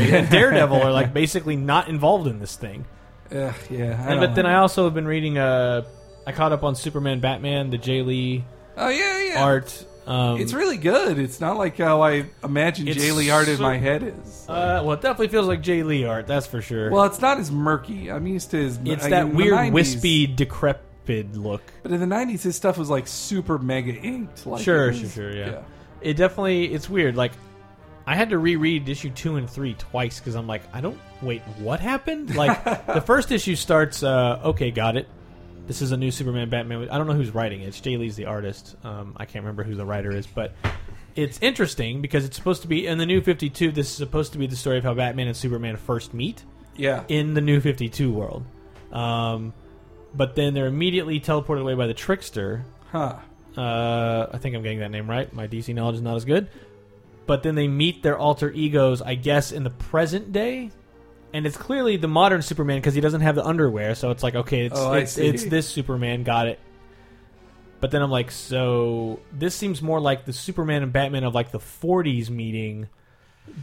Speaker 1: *laughs*
Speaker 2: and Daredevil are like basically not involved in this thing.
Speaker 1: Ugh, yeah. I
Speaker 2: And,
Speaker 1: don't
Speaker 2: but then
Speaker 1: like
Speaker 2: I also have been reading. Uh, I caught up on Superman, Batman, the Jay Lee
Speaker 1: it. Oh yeah, yeah.
Speaker 2: art. Um,
Speaker 1: It's really good. It's not like how I imagine
Speaker 2: It's
Speaker 1: Jay Lee art in
Speaker 2: so-
Speaker 1: my head is.
Speaker 2: uh, well, it definitely feels like Jay Lee art. That's for sure.
Speaker 1: well, it's not as murky. I'm used to his.
Speaker 2: it's
Speaker 1: like,
Speaker 2: that
Speaker 1: in the
Speaker 2: weird
Speaker 1: 90s,
Speaker 2: wispy decrepit look
Speaker 1: But in the '90s, his stuff was like super mega inked. Like
Speaker 2: sure
Speaker 1: it
Speaker 2: sure
Speaker 1: was-
Speaker 2: sure yeah. it definitely it's weird like i had to reread issue two and three twice because i'm like i don't wait what happened like the first issue starts uh, okay got it this is a new superman batman i don't know who's writing it it's jay lee's the artist um, i can't remember who the writer is but it's interesting because it's supposed to be in the new 52 this is supposed to be the story of how batman and superman first meet
Speaker 1: Yeah.
Speaker 2: in the new 52 world. Um, but then they're immediately teleported away by the trickster.
Speaker 1: Huh.
Speaker 2: Uh, I think I'm getting that name right. My DC knowledge is not as good. But then they meet their alter egos, I guess, in the present day. And it's clearly the modern Superman because he doesn't have the underwear. So it's like, okay, it's,
Speaker 1: Oh, I
Speaker 2: it's,
Speaker 1: see.
Speaker 2: it's this Superman. Got it. But then I'm like, so this seems more like the Superman and Batman of like the 40s meeting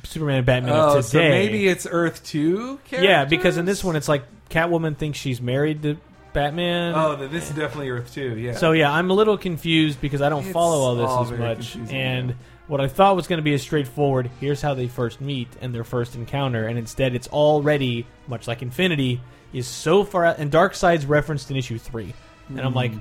Speaker 2: Superman and Batman
Speaker 1: Oh,
Speaker 2: of
Speaker 1: so
Speaker 2: today.
Speaker 1: maybe it's Earth Two. Characters?
Speaker 2: Yeah, because in this one, it's like Catwoman thinks she's married to Batman.
Speaker 1: Oh, then this is definitely Earth Two. Yeah.
Speaker 2: So yeah, I'm a little confused because I don't
Speaker 1: It's
Speaker 2: follow all this
Speaker 1: all
Speaker 2: as
Speaker 1: very
Speaker 2: much.
Speaker 1: confusing,
Speaker 2: And
Speaker 1: yeah.
Speaker 2: what I thought was going to be a straightforward, here's how they first meet and their first encounter, and instead it's already much like Infinity is so far out, and Darkseid's referenced in issue three, and
Speaker 1: Hmm.
Speaker 2: I'm like,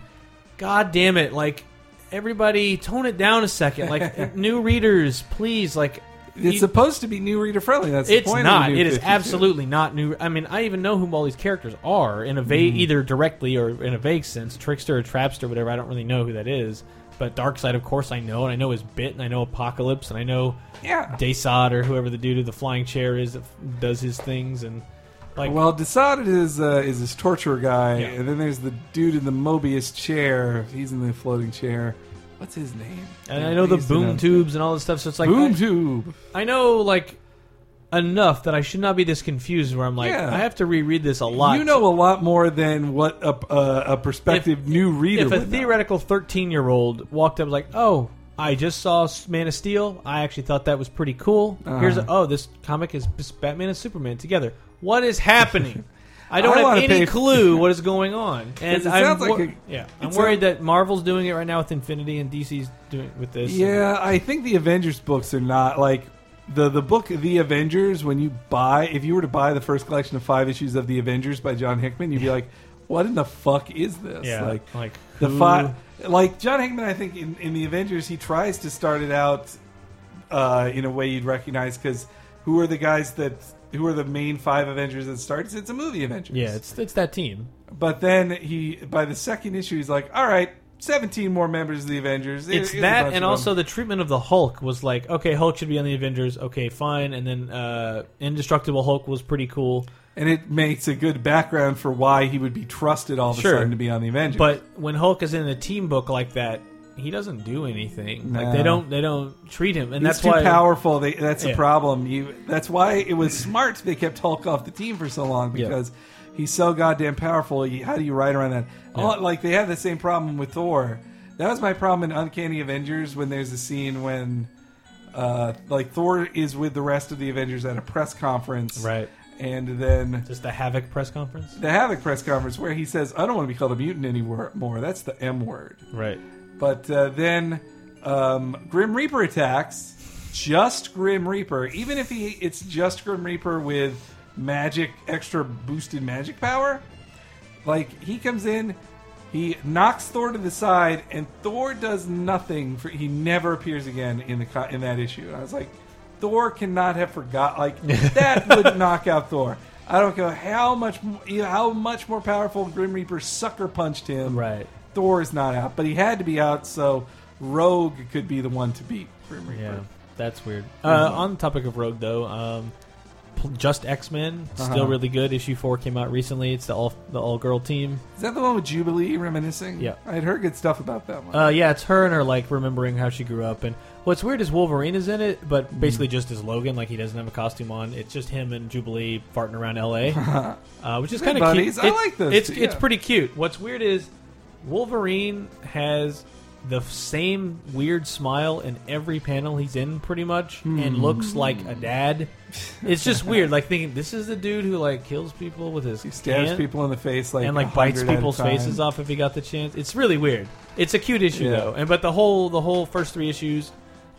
Speaker 2: God damn it, like. Everybody, tone it down a second.
Speaker 1: *laughs*
Speaker 2: Like new readers, please. Like
Speaker 1: it's
Speaker 2: you-
Speaker 1: supposed to be new reader friendly. That's the
Speaker 2: it's
Speaker 1: point.
Speaker 2: not.
Speaker 1: Of the new
Speaker 2: It is
Speaker 1: 52.
Speaker 2: absolutely not new. I mean, I even know whom all these characters are in a vague,
Speaker 1: Mm-hmm.
Speaker 2: either directly or in a vague sense, trickster or trapster, whatever. I don't really know who that is. But Darkseid, of course, I know, and I know his bit, and I know Apocalypse, and I know
Speaker 1: Yeah.
Speaker 2: Desod or whoever the dude of the flying chair is that f- does his things, and like
Speaker 1: Well, Decided is uh, is this torture guy,
Speaker 2: Yeah.
Speaker 1: and then there's the dude in the Mobius chair. He's in the floating chair. What's his name?
Speaker 2: and
Speaker 1: Yeah,
Speaker 2: I know the
Speaker 1: used to
Speaker 2: boom
Speaker 1: know.
Speaker 2: tubes and all this stuff. So it's like
Speaker 1: boom
Speaker 2: I-
Speaker 1: tube.
Speaker 2: I know like enough that I should not be this confused. Where I'm like,
Speaker 1: Yeah.
Speaker 2: I have to reread this a lot.
Speaker 1: You know a lot more than what a, a, a prospective new reader
Speaker 2: if a
Speaker 1: would know.
Speaker 2: theoretical 13 year old walked up like oh i just saw man of steel i actually thought that was pretty cool here's a,
Speaker 1: Uh-huh.
Speaker 2: oh this comic is b- batman and superman together what
Speaker 1: *laughs*
Speaker 2: is happening i don't
Speaker 1: I
Speaker 2: have
Speaker 1: wanna
Speaker 2: any
Speaker 1: pay f- *laughs*
Speaker 2: clue what is going on and
Speaker 1: it
Speaker 2: i'm,
Speaker 1: sounds like
Speaker 2: wor-
Speaker 1: a-
Speaker 2: yeah,
Speaker 1: it
Speaker 2: I'm
Speaker 1: sounds-
Speaker 2: worried that marvel's doing it right now with infinity and dc's doing it with this
Speaker 1: Yeah, I think the Avengers books are not like the the book The Avengers. When you buy, if you were to buy the first collection of five issues of The Avengers by John Hickman, you'd be like, "What in the fuck is this?"
Speaker 2: yeah
Speaker 1: Like
Speaker 2: like, like
Speaker 1: the
Speaker 2: who-
Speaker 1: five, like John Hickman. I think in, in The Avengers, he tries to start it out uh, in a way you'd recognize because who are the guys that who are the main five Avengers that starts? It's a movie Avengers.
Speaker 2: yeah it's it's that team
Speaker 1: But then he, by the second issue, he's like, "All right, seventeen more members of the Avengers." Here-
Speaker 2: it's
Speaker 1: here's a
Speaker 2: that
Speaker 1: bunch
Speaker 2: and
Speaker 1: of
Speaker 2: also
Speaker 1: them."
Speaker 2: the treatment of the hulk was like okay hulk should be on the avengers okay fine and then uh indestructible hulk was pretty cool
Speaker 1: and it makes a good background for why he would be trusted all of a
Speaker 2: Sure.
Speaker 1: sudden to be on the Avengers.
Speaker 2: But when Hulk is in a team book like that, he doesn't do anything. Like
Speaker 1: No.
Speaker 2: they don't they don't treat him, and
Speaker 1: He's
Speaker 2: that's
Speaker 1: too
Speaker 2: why
Speaker 1: powerful. They, that's the
Speaker 2: Yeah.
Speaker 1: problem. You, that's why it was smart they kept Hulk off the team for so long
Speaker 2: Yeah.
Speaker 1: because he's so goddamn powerful. You, how do you ride around that? All- like they have the same problem with Thor. That was my problem in Uncanny Avengers when there's a scene when, uh, like Thor is with the rest of the Avengers at a press conference,
Speaker 2: Right.
Speaker 1: and then
Speaker 2: Just the Havoc press conference.
Speaker 1: the Havoc press conference where he says, "I don't want to be called a mutant anymore." More that's the M word.
Speaker 2: Right.
Speaker 1: But uh, then um, Grim Reaper attacks. Just Grim Reaper, even if he it's just Grim Reaper with magic, extra boosted magic power. Like he comes in, he knocks Thor to the side, and Thor does nothing. For he never appears again in the co- in that issue. And I was like, Thor cannot have forgot. Like that would knock out Thor. I don't care how much mo- you know, how much more powerful Grim Reaper sucker punched him.
Speaker 2: Right.
Speaker 1: Thor is not out, but he had to be out, so Rogue could be the one to beat Grim Reaper.
Speaker 2: Yeah, that's weird. Uh, on the topic of Rogue, though, um, pl- just X Men
Speaker 1: Uh-huh.
Speaker 2: still really good. Issue four came out recently. It's the all the all girl team.
Speaker 1: Is that the one with Jubilee reminiscing?
Speaker 2: Yeah.
Speaker 1: I had heard good stuff about that one.
Speaker 2: Uh, yeah, it's her and her like remembering how she grew up. And what's weird is Wolverine is in it, but
Speaker 1: Mm.
Speaker 2: basically just as Logan, like he doesn't have a costume on. It's just him and Jubilee farting around L.A.,
Speaker 1: *laughs*
Speaker 2: uh, which is
Speaker 1: They're
Speaker 2: kind of
Speaker 1: buddies.
Speaker 2: cute.
Speaker 1: I like those
Speaker 2: It's
Speaker 1: two,
Speaker 2: it's
Speaker 1: yeah.
Speaker 2: pretty cute. What's weird is Wolverine has the f- same weird smile in every panel he's in, pretty much,
Speaker 1: Hmm.
Speaker 2: and looks like a dad. It's just weird. Like thinking this is the dude who like kills people with his
Speaker 1: he stares
Speaker 2: hand
Speaker 1: people in the face like
Speaker 2: and like bites
Speaker 1: 100 at a
Speaker 2: people's
Speaker 1: time.
Speaker 2: faces off if he got the chance. It's really weird. It's a cute issue
Speaker 1: Yeah.
Speaker 2: though, and but the whole the whole first three issues.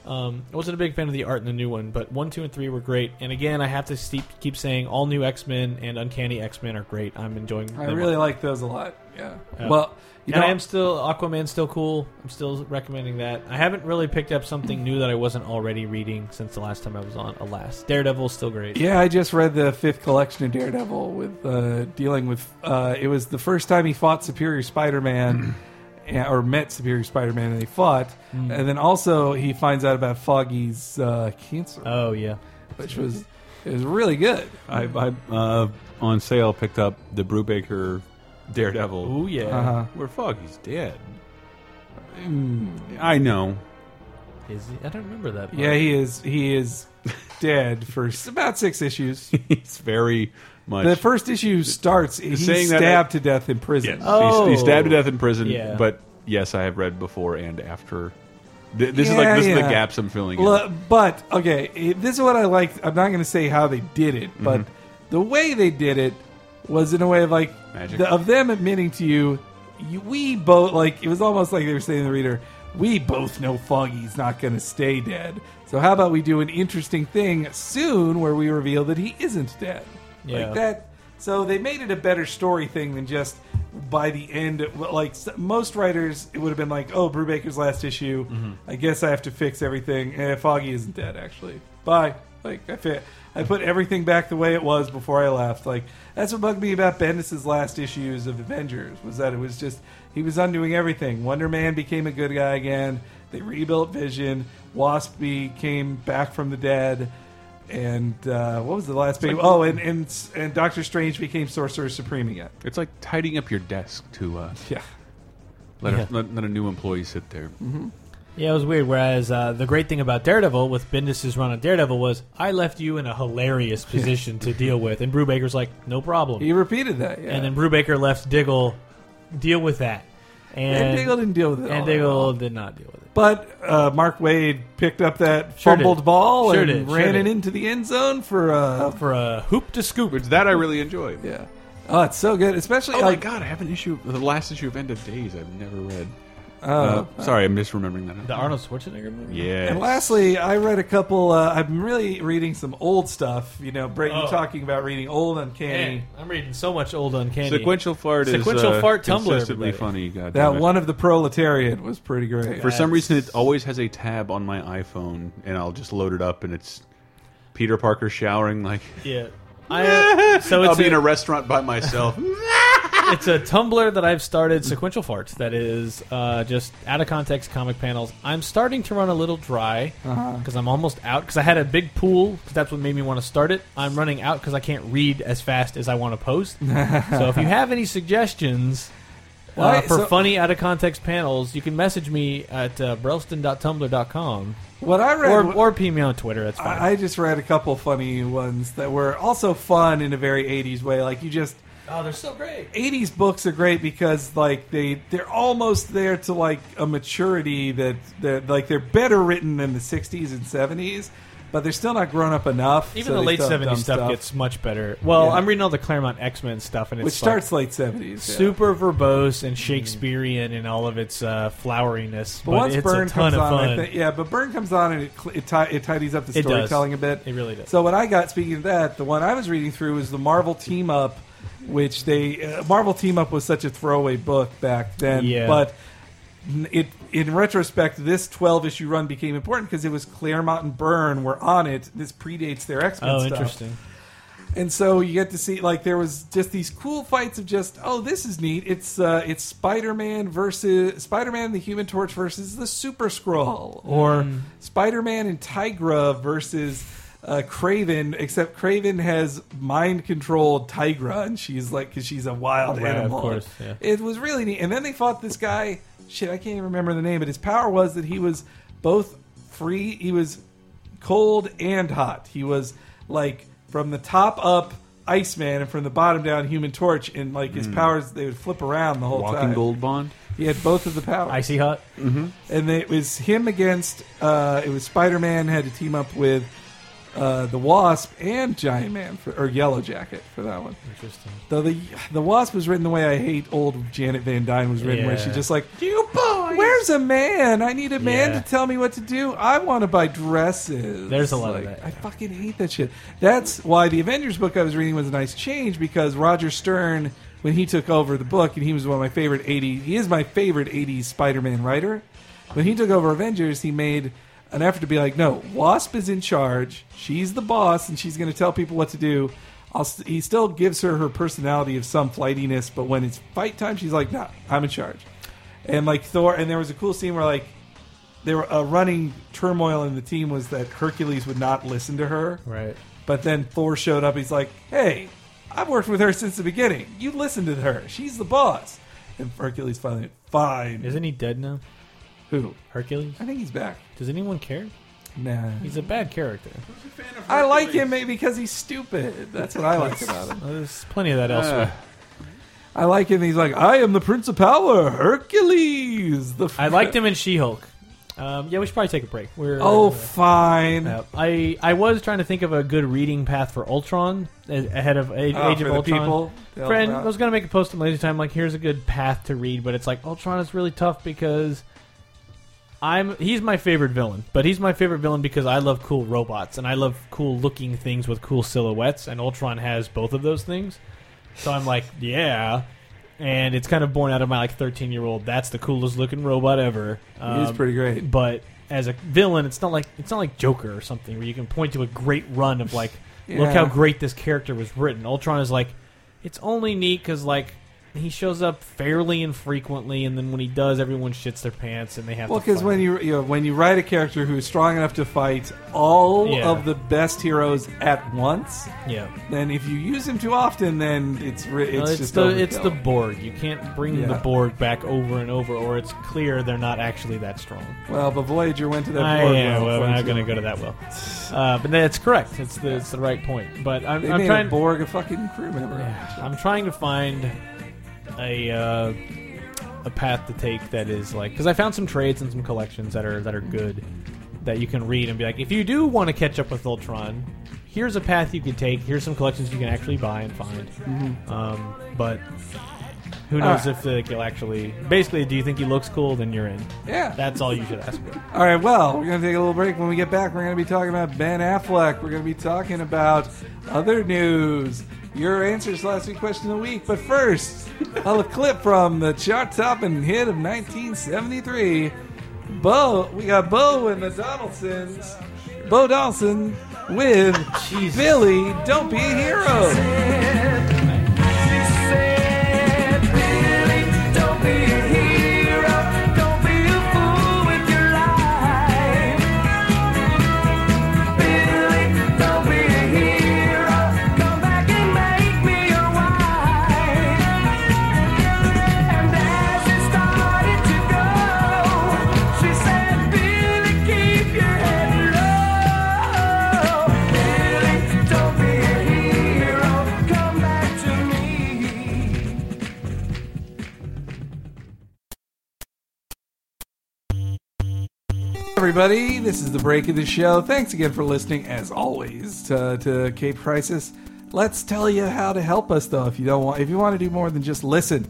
Speaker 2: Um, I wasn't a big fan of the art in the new one, but one, two, and three were great. And again, I have to steep, keep saying all new X Men and Uncanny X Men are great. I'm enjoying.
Speaker 1: I
Speaker 2: them.
Speaker 1: really like those a lot. Yeah.
Speaker 2: Yeah.
Speaker 1: Well, you
Speaker 2: and
Speaker 1: know,
Speaker 2: I am still Aquaman's still cool. I'm still recommending that. I haven't really picked up something new that I wasn't already reading since the last time I was on. Alas, Daredevil's still great.
Speaker 1: yeah, I just read the fifth collection of Daredevil with uh, dealing with. Uh, it was the first time he fought Superior Spider-Man. *clears throat* and- Or met Superior Spider-Man and they fought,
Speaker 2: Hmm.
Speaker 1: and then also he finds out about Foggy's uh, cancer,
Speaker 2: Oh yeah.
Speaker 1: which was it was really good.
Speaker 3: I, I uh, on sale picked up the Brubaker Daredevil.
Speaker 2: Oh yeah.
Speaker 1: Uh-huh.
Speaker 3: Where Foggy's dead. Mm, I know. *laughs*
Speaker 2: Is he? I don't remember that. Part.
Speaker 1: Yeah, he is. He is dead for s- about
Speaker 3: *laughs*
Speaker 1: six issues.
Speaker 3: It's very much.
Speaker 1: The first issue starts. He's
Speaker 3: Saying that
Speaker 1: stabbed to death in
Speaker 3: yes.
Speaker 1: prison. Uh,
Speaker 3: He's- he's,
Speaker 2: Oh.
Speaker 3: stabbed to death in prison.
Speaker 2: Yeah.
Speaker 3: But yes, I have read before and after. Th- This is
Speaker 1: Yeah,
Speaker 3: like this is
Speaker 1: yeah.
Speaker 3: the gaps I'm filling.
Speaker 1: L- but okay, it- this is what I liked. I'm not going to say how they did it,
Speaker 3: Mm-hmm.
Speaker 1: but the way they did it was in a way of like
Speaker 3: Magic.
Speaker 1: the, of them admitting to you, you, we both like it was almost like they were saying to the reader, we both know Foggy's not going to stay dead. So how about we do an interesting thing soon where we reveal that he isn't dead,
Speaker 2: Yeah.
Speaker 1: like that. So they made it a better story thing than just by the end. Like s- most writers, it would have been like, "Oh, Brubaker's last issue. I guess I have to fix everything." Eh, Foggy isn't dead, actually. Bye. Like I, fit, I put everything back the way it was before I left. Like that's what bugged me about Bendis's last issues of Avengers was that it was just he was undoing everything. Wonder Man became a good guy again. They rebuilt Vision. Wasp became back from the dead. And uh, what was the last page? oh, and, and and Doctor Strange became Sorcerer Supreme again.
Speaker 3: It's like tidying up your desk to uh,
Speaker 1: Yeah.
Speaker 3: let,
Speaker 2: Yeah. Mm-hmm.
Speaker 3: a, let, let a new employee sit there.
Speaker 2: Yeah, it was weird. Whereas uh, the great thing about Daredevil with Bendis's run on Daredevil was I left you in a hilarious position to deal with, and Brubaker's like, no problem.
Speaker 1: He repeated that. Yeah.
Speaker 2: And then Brubaker left Diggle, deal with that, and,
Speaker 1: And Diggle didn't deal with it.
Speaker 2: and
Speaker 1: all that
Speaker 2: Diggle
Speaker 1: well.
Speaker 2: did not deal with it.
Speaker 1: But uh, Mark Wade picked up that
Speaker 2: Sure
Speaker 1: fumbled
Speaker 2: did.
Speaker 1: ball
Speaker 2: Sure
Speaker 1: and
Speaker 2: did, sure
Speaker 1: ran it
Speaker 2: did.
Speaker 1: into the end zone for. Uh,
Speaker 2: For a hoop to scoop,
Speaker 3: Which that I really enjoyed.
Speaker 1: yeah. Oh, it's so good, especially
Speaker 3: Oh my
Speaker 1: like
Speaker 3: god! I have an issue. The last issue of End of Days I've never read.
Speaker 1: uh,
Speaker 3: Uh, sorry, I'm misremembering that.
Speaker 2: the Arnold Schwarzenegger movie.
Speaker 3: Yeah.
Speaker 1: And lastly, I read a couple. Uh, I'm really reading some old stuff. You know, Brayton
Speaker 2: Oh.
Speaker 1: talking about reading old uncanny.
Speaker 2: Man, I'm reading so much old uncanny.
Speaker 3: Sequential fart
Speaker 2: Sequential
Speaker 3: is uh,
Speaker 2: fart Tumblr,
Speaker 3: consistently
Speaker 2: everybody.
Speaker 3: funny. God
Speaker 1: That
Speaker 3: damn it.
Speaker 1: one of the proletariat was pretty great.
Speaker 3: For some reason, it always has a tab on my iPhone, and I'll just load it up, and it's Peter Parker showering like. *laughs*
Speaker 2: Yeah. I, uh, so
Speaker 3: I'll
Speaker 2: it's
Speaker 3: be in
Speaker 2: a,
Speaker 3: a restaurant by myself.
Speaker 2: it's a Tumblr that I've started, Sequential Farts, that is uh, just out of context comic panels. I'm starting to run a little dry
Speaker 1: Uh-huh.
Speaker 2: because I'm almost out because I had a big pool 'cause that's what made me want to start it. I'm running out because I can't read as fast as I want
Speaker 1: *laughs*
Speaker 2: to post. so if you have any suggestions uh,
Speaker 1: Why-
Speaker 2: for
Speaker 1: so-
Speaker 2: funny out of context panels, you can message me at uh, brelston.tumblr.com
Speaker 1: what I read,
Speaker 2: or, or PM me on Twitter. That's fine.
Speaker 1: I, I just read a couple funny ones that were also fun in a very '80s way. Like you just
Speaker 2: oh, they're so great.
Speaker 1: '80s books are great because like they they're almost there to like a maturity that that like they're better written than the '60s and '70s. but they're still not grown up enough.
Speaker 2: Even
Speaker 1: so
Speaker 2: the
Speaker 1: they
Speaker 2: late
Speaker 1: still have
Speaker 2: 70s
Speaker 1: dumb
Speaker 2: stuff, gets much better. Well,
Speaker 1: Yeah.
Speaker 2: I'm reading all the Claremont X Men stuff, and it's
Speaker 1: which
Speaker 2: like
Speaker 1: starts late seventies.
Speaker 2: super verbose and Shakespearean in all of its uh, floweriness.
Speaker 1: Mm. But,
Speaker 2: But,
Speaker 1: once
Speaker 2: it's
Speaker 1: Burn
Speaker 2: a ton
Speaker 1: comes
Speaker 2: of
Speaker 1: on,
Speaker 2: fun.
Speaker 1: I think, yeah, but Burn comes on and it, cl- it, ti- it tidies up the
Speaker 2: It does.
Speaker 1: storytelling a bit.
Speaker 2: It really does.
Speaker 1: So what I got, speaking of that, the one I was reading through was the Marvel team up, which they uh, Marvel team up was such a throwaway book back then.
Speaker 2: Yeah.
Speaker 1: But n- it in retrospect, this twelve issue run became important because it was Claremont and Byrne were on it. This predates their X Men
Speaker 2: oh,
Speaker 1: stuff.
Speaker 2: interesting.
Speaker 1: And so you get to see like there was just these cool fights of just oh this is neat. It's uh, it's Spider Man versus Spider Man and the Human Torch versus the Super Scroll or Spider Man and Tigra versus uh, Craven. Except Craven has mind controlled Tigra and she's like because she's a wild
Speaker 2: Right, of
Speaker 1: animal.
Speaker 2: course, yeah.
Speaker 1: It was really neat. And then they fought this guy. Shit, I can't even remember the name. But his power was that he was both free. He was cold and hot. He was like from the top up Iceman and from the bottom down Human Torch. And like
Speaker 2: Mm.
Speaker 1: his powers, they would flip around the *laughs* whole
Speaker 3: Walking
Speaker 1: time.
Speaker 3: Gold Bond.
Speaker 1: He had both of the powers
Speaker 2: Icy Hot.
Speaker 1: and it was him against uh, it was Spider Man had to team up with uh, the Wasp and Giant Man for, or Yellow Jacket for that one.
Speaker 2: Interesting.
Speaker 1: Though the the Wasp was written the way I hate old Janet Van Dyne was written, where
Speaker 2: Yeah.
Speaker 1: she's just like, "You boy, where's a man? I need a man
Speaker 2: Yeah.
Speaker 1: to tell me what to do. I want to buy dresses."
Speaker 2: There's a lot of
Speaker 1: Like,
Speaker 2: that,
Speaker 1: I fucking hate that shit. That's why the Avengers book I was reading was a nice change because Roger Stern, when he took over the book, and he was one of my favorite 80s, he is my favorite 80s Spider Man writer. When he took over Avengers, he made an effort to be like, no, Wasp is in charge. She's the boss, and she's going to tell people what to do. I'll st- he still gives her her personality of some flightiness, but when it's fight time, she's like, nah, I'm in charge. And like Thor, and there was a cool scene where like there were a running turmoil in the team was that Hercules would not listen to her.
Speaker 2: Right.
Speaker 1: But then Thor showed up. He's like, "Hey, I've worked with her since the beginning. You listen to her. She's the boss." And Hercules finally, went, "Fine."
Speaker 2: Isn't he dead now?
Speaker 1: Who?
Speaker 2: Hercules?
Speaker 1: I think he's back.
Speaker 2: Does anyone care?
Speaker 1: Nah.
Speaker 2: He's a bad character.
Speaker 1: I like him maybe because he's stupid. That's what I like about him.
Speaker 2: Well, there's
Speaker 1: uh.
Speaker 2: plenty of that
Speaker 3: Ah.
Speaker 2: elsewhere.
Speaker 1: I like him. He's like, "I am the Prince of Power, Hercules." The
Speaker 2: I liked him in She Hulk. Um, yeah, we should probably take a break. We're
Speaker 1: Oh,
Speaker 2: uh,
Speaker 1: fine.
Speaker 2: Yep. I I was trying to think of a good reading path for Ultron a- ahead of Age,
Speaker 1: Oh,
Speaker 2: Age
Speaker 1: for
Speaker 2: of
Speaker 1: the
Speaker 2: Ultron.
Speaker 1: people. They'll-
Speaker 2: Friend, I was gonna make a post on later time like here's a good path to read, but it's like Ultron is really tough because I'm he's my favorite villain, but he's my favorite villain because I love cool robots and I love cool looking things with cool silhouettes, and Ultron has both of those things. So I'm like, yeah. And it's kind of born out of my like 13 year old. That's the coolest looking robot ever. Um,
Speaker 1: He's pretty great.
Speaker 2: but as a villain, it's not like it's not like Joker or something where you can point to a great run of like, look
Speaker 1: Yeah.
Speaker 2: how great this character was written. Ultron is like, it's only neat because like he shows up fairly infrequently, and then when he does, everyone shits their pants and they have
Speaker 1: Well,
Speaker 2: to.
Speaker 1: because
Speaker 2: fight
Speaker 1: when
Speaker 2: him.
Speaker 1: you, you know, when you write a character who is strong enough to fight all
Speaker 2: Yeah.
Speaker 1: of the best heroes at once,
Speaker 2: yeah.
Speaker 1: then if you use him too often, then it's ri-
Speaker 2: No,
Speaker 1: it's,
Speaker 2: It's,
Speaker 1: just
Speaker 2: the it's
Speaker 1: overkill.
Speaker 2: the Borg. You can't bring the
Speaker 1: Yeah.
Speaker 2: Borg back over and over, or it's clear they're not actually that strong.
Speaker 1: well, but Voyager went to that.
Speaker 2: Ah,
Speaker 1: board
Speaker 2: yeah,
Speaker 1: level,
Speaker 2: well,
Speaker 1: so
Speaker 2: we're not
Speaker 1: it's-
Speaker 2: going to go to that well. Uh, but that's correct. It's the it's the right point. But I'm,
Speaker 1: They
Speaker 2: I'm
Speaker 1: made
Speaker 2: trying.
Speaker 1: a Borg a fucking crew member.
Speaker 2: Yeah, I'm trying to find a uh, a path to take that is like because I found some trades and some collections that are that are good that you can read and be like, if you do want to catch up with Ultron, here's a path you could take. Here's some collections you can actually buy and find.
Speaker 1: Mm-hmm.
Speaker 2: Um, but who knows
Speaker 1: Alright.
Speaker 2: if like, you'll actually? Basically, do you think he looks cool? Then you're in.
Speaker 1: Yeah.
Speaker 2: That's all you should ask for.
Speaker 1: All right. Well, we're going to take a little break. When we get back, we're going to be talking about Ben Affleck. We're going to be talking about other news. Your answers to last week question of the week. But first, a clip from the chart topping hit of 1973. Bo, we got Bo and the Donaldsons. Bo Donaldson with Billy. Don't be a hero.
Speaker 4: Don't be a hero.
Speaker 1: everybody. This is the break of the show. Thanks again for listening, as always, to, to Cape Crisis. Let's tell you how to help us, though. If you don't want, if you want to do more than just listen,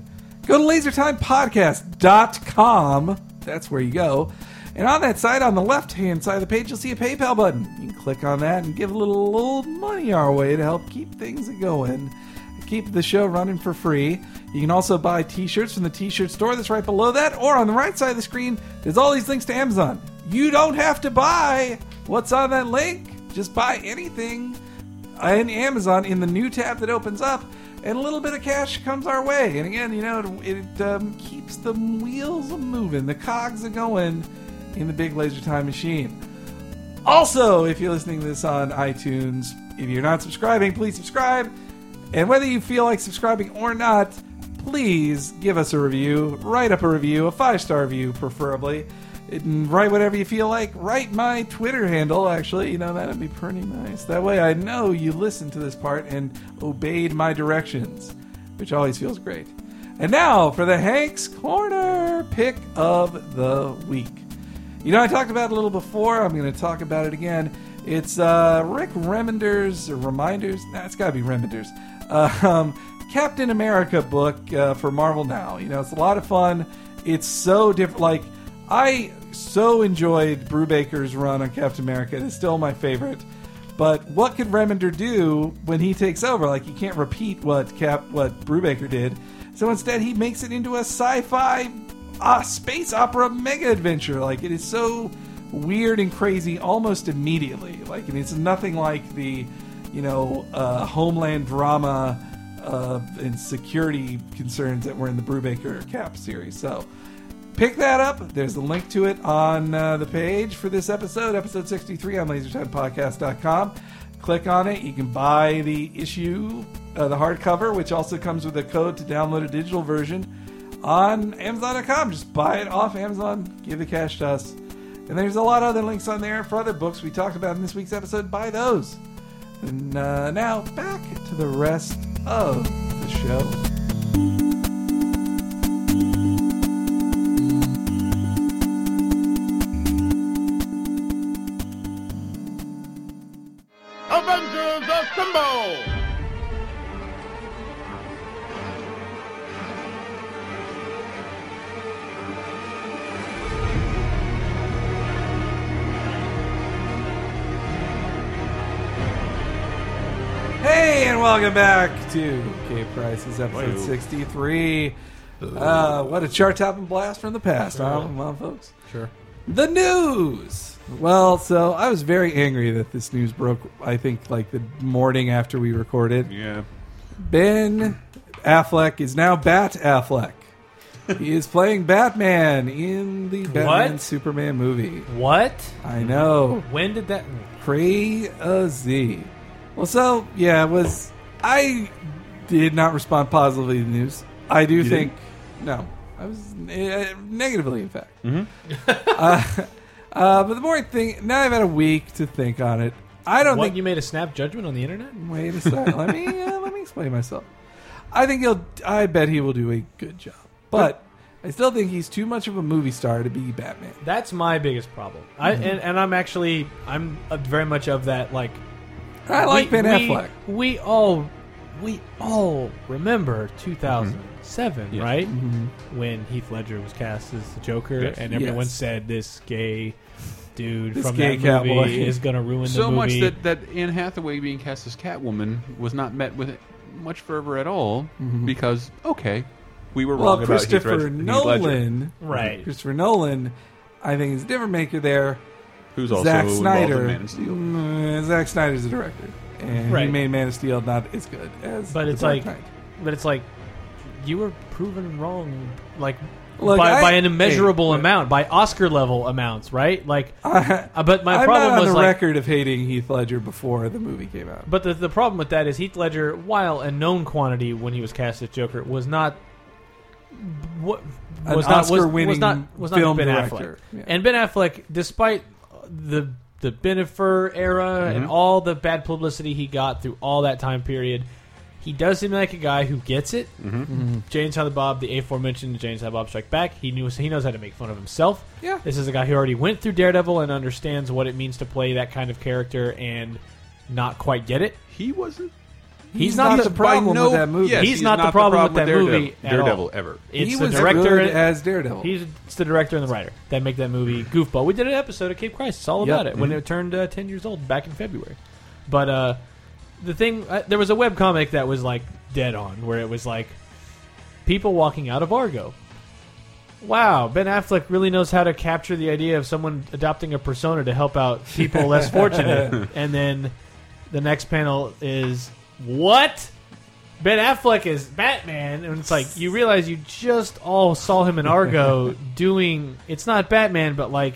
Speaker 1: go to LaserTimePodcast.com. That's where you go. And on that side, on the left-hand side of the page, you'll see a PayPal button. You can click on that and give a little old money our way to help keep things going keep the show running for free. You can also buy t-shirts from the t-shirt store that's right below that, or on the right side of the screen, there's all these links to Amazon. You don't have to buy what's on that link. Just buy anything on Amazon in the new tab that opens up, and a little bit of cash comes our way. And again, you know, it, it um, keeps the wheels moving, the cogs are going in the big laser time machine. Also, if you're listening to this on iTunes, if you're not subscribing, please subscribe. And whether you feel like subscribing or not, please give us a review. Write up a review, a five star review, preferably. And write whatever you feel like. Write my Twitter handle, actually. You know, that'd be pretty nice. That way I know you listened to this part and obeyed my directions, which always feels great. And now for the Hank's Corner pick of the week. You know, I talked about it a little before. I'm going to talk about it again. It's uh, Rick Remender's or Reminders. Nah, it's got to be Remender's. Uh, um, Captain America book uh, for Marvel Now. You know, it's a lot of fun. It's so different. Like, I so enjoyed Brubaker's run on Captain America. It's still my favorite. But what could Remender do when he takes over? Like, he can't repeat what Cap, what Brubaker did. So instead, he makes it into a sci-fi a space opera mega adventure. Like it is so weird and crazy almost immediately. Like and it's nothing like the you know uh, homeland drama uh, and security concerns that were in the Brubaker Cap series. So pick that up. There's a link to it on uh, the page for this episode, episode 63 on lasertimepodcast.com. Click on it. You can buy the issue, uh, the hardcover, which also comes with a code to download a digital version on Amazon.com. Just buy it off Amazon. Give the cash to us. And there's a lot of other links on there for other books we talked about in this week's episode. Buy those. And uh, now back to the rest of the show.
Speaker 4: Avengers Assemble!
Speaker 1: Hey, and welcome back to K Price's episode 63. Uh, what a chart topping blast from the past, huh, well, folks? Sure. The news! Well, so I was very angry that this news broke, I think, like the morning after we recorded.
Speaker 3: Yeah.
Speaker 1: Ben Affleck is now Bat Affleck. He is playing Batman in the Batman
Speaker 2: What?
Speaker 1: Superman movie.
Speaker 2: What?
Speaker 1: I know
Speaker 2: When did that?
Speaker 1: crazy. Well, so yeah, it was I did not respond positively to the news. I do think no, I was eh, negatively, in fact.
Speaker 2: Mm-hmm.
Speaker 1: *laughs* uh, uh, but the more I think now, I've had a week to think on it. I don't
Speaker 2: What
Speaker 1: think
Speaker 2: you made a snap judgment on the internet?
Speaker 1: Wait a second. let me
Speaker 2: *laughs*
Speaker 1: uh, let me explain myself. I think he'll. I bet he will do a good job, but I still think he's too much of a movie star to be Batman.
Speaker 2: That's my biggest problem. I
Speaker 1: Mm-hmm.
Speaker 2: and, and I'm actually I'm uh, very much of that like
Speaker 1: And I like
Speaker 2: we,
Speaker 1: Ben
Speaker 2: we-
Speaker 1: Affleck.
Speaker 2: We, all we all remember
Speaker 1: Mm-hmm.
Speaker 2: 2007, right? When Heath Ledger was cast as the Joker,
Speaker 3: Yes.
Speaker 2: and everyone
Speaker 1: Yes.
Speaker 2: said this gay dude
Speaker 1: This
Speaker 2: from
Speaker 1: gay
Speaker 2: that movie
Speaker 1: cowboy."
Speaker 2: is going to ruin the
Speaker 3: So much
Speaker 2: movie.
Speaker 3: that, that Anne Hathaway being cast as Catwoman was not met with much fervor at all
Speaker 2: Mm-hmm.
Speaker 3: because, okay, we were
Speaker 1: Well,
Speaker 3: wrong about Heath Ledger-
Speaker 1: Christopher
Speaker 3: Heath Ledger,
Speaker 1: Nolan,
Speaker 2: Right.
Speaker 1: Christopher Nolan, I think is a different maker there.
Speaker 3: who's also
Speaker 1: Zack
Speaker 3: involved
Speaker 1: Snyder,
Speaker 3: in Man of Steel.
Speaker 1: Mm, Zack Snyder's the director, and he
Speaker 2: Right.
Speaker 1: made Man of Steel not as good as.
Speaker 2: but
Speaker 1: The
Speaker 2: it's
Speaker 1: Dark
Speaker 2: like,
Speaker 1: Knight.
Speaker 2: but it's like you were proven wrong, like
Speaker 1: Look,
Speaker 2: by,
Speaker 1: I-
Speaker 2: by an immeasurable
Speaker 1: hey,
Speaker 2: amount, by Oscar level amounts, right? Like, uh, but *laughs* my
Speaker 1: I'm
Speaker 2: problem
Speaker 1: not on
Speaker 2: was
Speaker 1: the
Speaker 2: like.
Speaker 1: record of hating Heath Ledger before the movie came out.
Speaker 2: Uh, But the, the problem with that is Heath Ledger, while a known quantity when he was cast as Joker, was not what
Speaker 1: An
Speaker 2: was not was,
Speaker 1: Oscar-winning
Speaker 2: was not was not
Speaker 1: film
Speaker 2: Ben
Speaker 1: director.
Speaker 2: Affleck.
Speaker 1: Yeah.
Speaker 2: And Ben Affleck, despite the the
Speaker 1: Mm-hmm.
Speaker 2: Ben Affleck era and all the bad publicity he got through all that time period, He does seem like a guy who gets it. Mm-hmm. Jane Silent Bob, the aforementioned Jane Silent Bob Strike Back, he knew he knows how to make fun of himself.
Speaker 1: Yeah.
Speaker 2: this is a guy who already went through Daredevil and understands what it means to play that kind of character and not quite get it.
Speaker 3: He wasn't.
Speaker 2: He's, not,
Speaker 1: not
Speaker 2: the.
Speaker 1: the problem
Speaker 3: no-
Speaker 1: with that movie.
Speaker 3: yes,
Speaker 2: He's not the problem with that
Speaker 3: Daredevil,
Speaker 2: movie at all.
Speaker 3: Daredevil ever.
Speaker 2: it's
Speaker 1: he
Speaker 2: the
Speaker 1: was
Speaker 2: director
Speaker 1: good
Speaker 2: and-
Speaker 1: as Daredevil.
Speaker 2: He's it's the director and the writer that make that movie Goofball. We did an episode of Cape Crisis all about
Speaker 1: Yep.
Speaker 2: it when it turned uh, ten years old back in February. But uh, the thing, uh, there was a web comic that was like dead on, where it was like people walking out of Argo. Wow, Ben Affleck really knows how to capture the idea of someone adopting a persona to help out people less fortunate. And then the next panel is what? Ben Affleck is Batman, and it's like you realize you just all saw him in Argo doing. It's not Batman, but like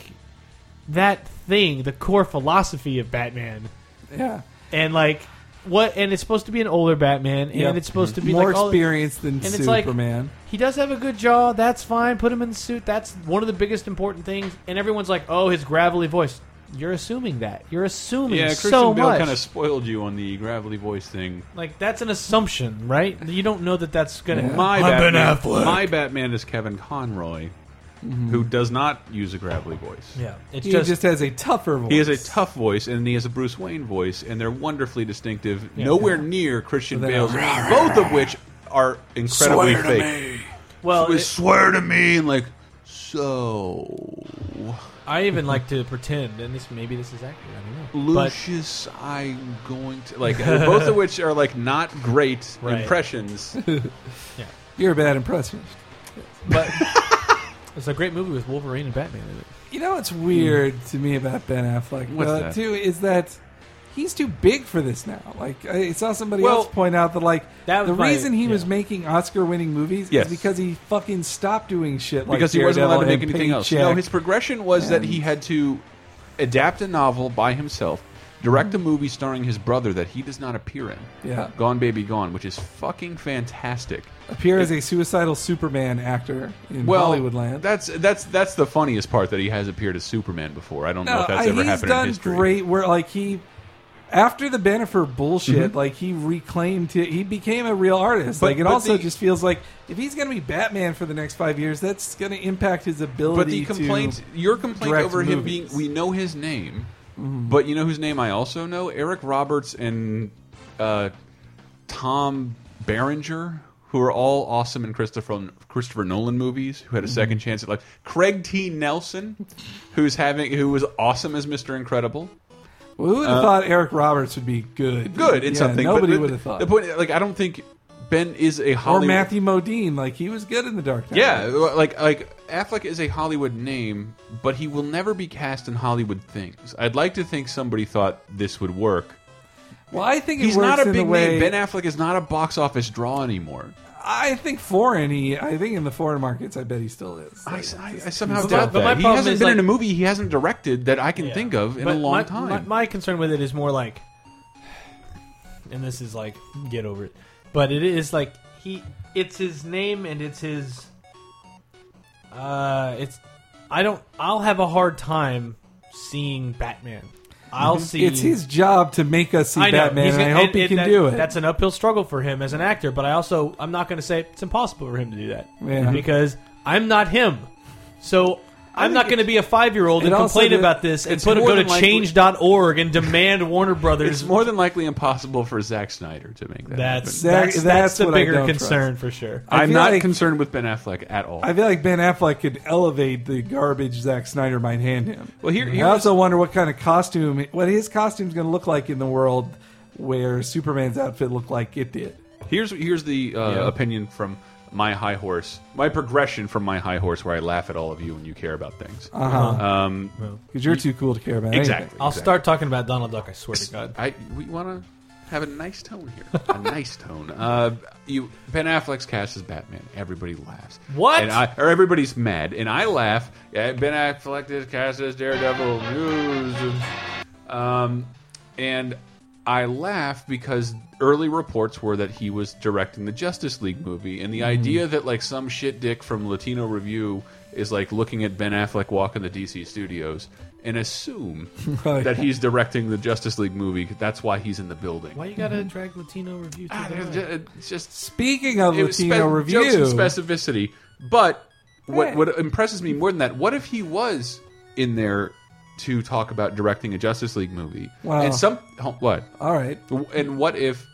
Speaker 2: that thing, the core philosophy of Batman,
Speaker 1: yeah,
Speaker 2: and like what? And it's supposed to be an older Batman, and
Speaker 1: Yep.
Speaker 2: it's supposed to be
Speaker 1: more
Speaker 2: like all-
Speaker 1: experience than
Speaker 2: it's like-
Speaker 1: Superman.
Speaker 2: he does have a good jaw. That's fine. Put him in the suit. That's one of the biggest important things. And everyone's like, "Oh, his gravelly voice." You're assuming that. You're assuming
Speaker 3: Yeah, Christian
Speaker 2: so
Speaker 3: Bale
Speaker 2: much.
Speaker 3: kind of spoiled you on the gravelly voice thing.
Speaker 2: Like that's an assumption, right? You don't know that that's gonna.
Speaker 3: My
Speaker 2: I'm
Speaker 3: Batman,
Speaker 2: Ben Affleck. Mm-hmm.
Speaker 3: my Batman is Kevin Conroy, who does not use a gravelly voice.
Speaker 2: yeah, it's
Speaker 1: he
Speaker 2: just,
Speaker 1: just, has a tougher voice.
Speaker 3: He has a tough voice, and he has a Bruce Wayne voice, and they're wonderfully distinctive. Nowhere near Christian
Speaker 1: They
Speaker 3: Bale's,
Speaker 1: are.
Speaker 3: both of which are incredibly
Speaker 1: Swear to
Speaker 3: fake.
Speaker 2: well.
Speaker 3: It was,
Speaker 2: it-
Speaker 3: swear to me, and like so.
Speaker 2: I even like to pretend, and this maybe this is accurate. I don't know.
Speaker 3: Lucius, I'm going to like both of which are like not great
Speaker 2: Right.
Speaker 3: impressions.
Speaker 1: You're a bad impression.
Speaker 2: But, but *laughs* it's a great movie with Wolverine and Batman in it.
Speaker 1: You know what's weird to me about Ben Affleck
Speaker 3: Hmm. What's
Speaker 1: uh,
Speaker 3: that?
Speaker 1: too is that he's too big for this now. Like I saw somebody
Speaker 3: Well,
Speaker 1: else point out that like
Speaker 2: that was
Speaker 1: the
Speaker 2: my-
Speaker 1: reason he
Speaker 2: yeah.
Speaker 1: was making Oscar-winning movies
Speaker 3: Yes.
Speaker 1: is because he fucking stopped doing shit. Like
Speaker 3: because he wasn't allowed to
Speaker 1: Daredevil
Speaker 3: make
Speaker 1: and
Speaker 3: anything else.
Speaker 1: Paycheck.
Speaker 3: No, his progression was that he had to adapt a novel by himself, direct a movie starring his brother that he does not appear in.
Speaker 1: Mm-hmm. Yeah.
Speaker 3: Gone Baby Gone, which is fucking fantastic.
Speaker 1: appear as a suicidal Superman actor in
Speaker 3: Well,
Speaker 1: Hollywoodland.
Speaker 3: That's that's that's the funniest part that he has appeared as Superman before. I don't know
Speaker 1: no,
Speaker 3: if that's
Speaker 1: I-
Speaker 3: ever
Speaker 1: Uh, he's
Speaker 3: happened in
Speaker 1: done
Speaker 3: history.
Speaker 1: great. Where like he. After the Bannifer bullshit, like he reclaimed, it, he became a real
Speaker 3: Mm-hmm.
Speaker 1: artist.
Speaker 3: But-
Speaker 1: like it
Speaker 3: but
Speaker 1: also
Speaker 3: the-
Speaker 1: just feels like if he's going to be Batman for the next five years, that's going to impact his ability.
Speaker 3: But the
Speaker 1: to-
Speaker 3: complaint, your complaint
Speaker 1: direct
Speaker 3: over him
Speaker 1: movies. Mm-hmm.
Speaker 3: being, we know his name, but you know whose name I also know? Eric Roberts and uh, Tom Berenger, who are all awesome in Christopher Christopher Nolan movies, who had a second
Speaker 1: Mm-hmm.
Speaker 3: chance at life. Craig T. Nelson, who's having, who was awesome as Mister Incredible.
Speaker 1: Well, who would have thought Eric Roberts would be good?
Speaker 3: uh, Good in
Speaker 1: Yeah,
Speaker 3: something. but
Speaker 1: Nobody
Speaker 3: the-
Speaker 1: would have thought.
Speaker 3: The point, like, I don't think Ben is a
Speaker 1: or
Speaker 3: Hollywood.
Speaker 1: Matthew Modine, like he was good in the Dark Knight.
Speaker 3: Yeah, like like Affleck is a Hollywood name, but he will never be cast in Hollywood things. I'd like to think somebody thought this would work.
Speaker 1: Well, I think it
Speaker 3: He's
Speaker 1: works
Speaker 3: not a
Speaker 1: in the
Speaker 3: big
Speaker 1: way.
Speaker 3: name. Ben Affleck is not a box office draw anymore.
Speaker 1: I think foreign. He, I think in the foreign markets, I bet he still is.
Speaker 3: I, I, I somehow
Speaker 2: But-
Speaker 3: doubt
Speaker 2: but my
Speaker 3: that. He
Speaker 2: problem
Speaker 3: hasn't
Speaker 2: is,
Speaker 3: been
Speaker 2: like-
Speaker 3: in a movie he hasn't directed that I can
Speaker 2: Yeah.
Speaker 3: think of in
Speaker 2: But
Speaker 3: a long
Speaker 2: my,
Speaker 3: time.
Speaker 2: My, my concern with it is more like, *sighs* and this is like, get over it. But it is like he, it's his name and it's his. Uh, it's. I don't. I'll have a hard time seeing Batman. I'll
Speaker 3: Mm-hmm.
Speaker 2: see.
Speaker 1: It's his job to make us see
Speaker 2: I know.
Speaker 1: Batman,
Speaker 2: He's
Speaker 1: and I
Speaker 2: gonna-
Speaker 1: hope
Speaker 2: and-
Speaker 1: he
Speaker 2: and
Speaker 1: can
Speaker 2: that-
Speaker 1: do it.
Speaker 2: That's an uphill struggle for him as an actor, but I also I'm not going to say it's impossible for him to do that
Speaker 1: Yeah.
Speaker 2: because I'm not him. So I'm not
Speaker 1: think
Speaker 2: going to be a five year old
Speaker 1: it
Speaker 2: and
Speaker 1: also
Speaker 2: complain
Speaker 1: did-
Speaker 2: about this and
Speaker 3: it's
Speaker 2: put a,
Speaker 3: more
Speaker 2: go to
Speaker 3: than likely-
Speaker 2: change.org and
Speaker 1: *laughs*
Speaker 2: demand Warner
Speaker 3: it's
Speaker 2: Brothers.
Speaker 3: more than likely impossible for Zack Snyder to make that.
Speaker 2: that's,
Speaker 3: happen.
Speaker 1: That-
Speaker 2: that's
Speaker 1: that's
Speaker 2: that's the
Speaker 1: what I
Speaker 2: bigger
Speaker 1: don't
Speaker 2: concern for sure.
Speaker 1: I
Speaker 3: I'm
Speaker 1: feel
Speaker 3: not
Speaker 1: like-
Speaker 3: concerned with Ben Affleck at all.
Speaker 1: I feel like Ben Affleck could elevate the garbage Zack Snyder might hand him.
Speaker 3: Well, here-
Speaker 1: I
Speaker 3: here
Speaker 1: also wonder what kind of costume, what his costume's going to look like in the world where Superman's outfit looked like it did.
Speaker 3: Here's here's the uh, opinion from my high horse. My progression from my high horse, where I laugh at all of you when you care about things. Um,
Speaker 1: Because Uh-huh. you're too cool to care about
Speaker 3: exactly.
Speaker 2: I'll
Speaker 3: exactly.
Speaker 2: start talking about Donald Duck. I swear to God.
Speaker 3: I we want to have a nice tone here. A nice tone. Uh, you Ben Affleck's cast as Batman. Everybody laughs.
Speaker 2: What?
Speaker 3: And I, or everybody's mad, and I laugh. Yeah, ben Affleck is cast as Daredevil. News. Um, and I laugh because early reports were that he was directing the Justice League movie, and the idea that like some shit dick from Latino Review is like looking at Ben Affleck walk in the DC studios and assume
Speaker 1: Right.
Speaker 3: that he's directing the Justice League movie. That's why he's in the building.
Speaker 2: Why you gotta drag Latino review to
Speaker 3: Ah,
Speaker 2: the
Speaker 3: there's ju- it's just
Speaker 1: Speaking of
Speaker 3: it was
Speaker 1: Latino
Speaker 3: spe- jokes
Speaker 1: review,
Speaker 3: and specificity. But what
Speaker 1: Right.
Speaker 3: what impresses me more than that? What if he was in there to talk about directing a Justice League movie?
Speaker 1: Wow.
Speaker 3: And some what?
Speaker 1: all right,
Speaker 3: And what if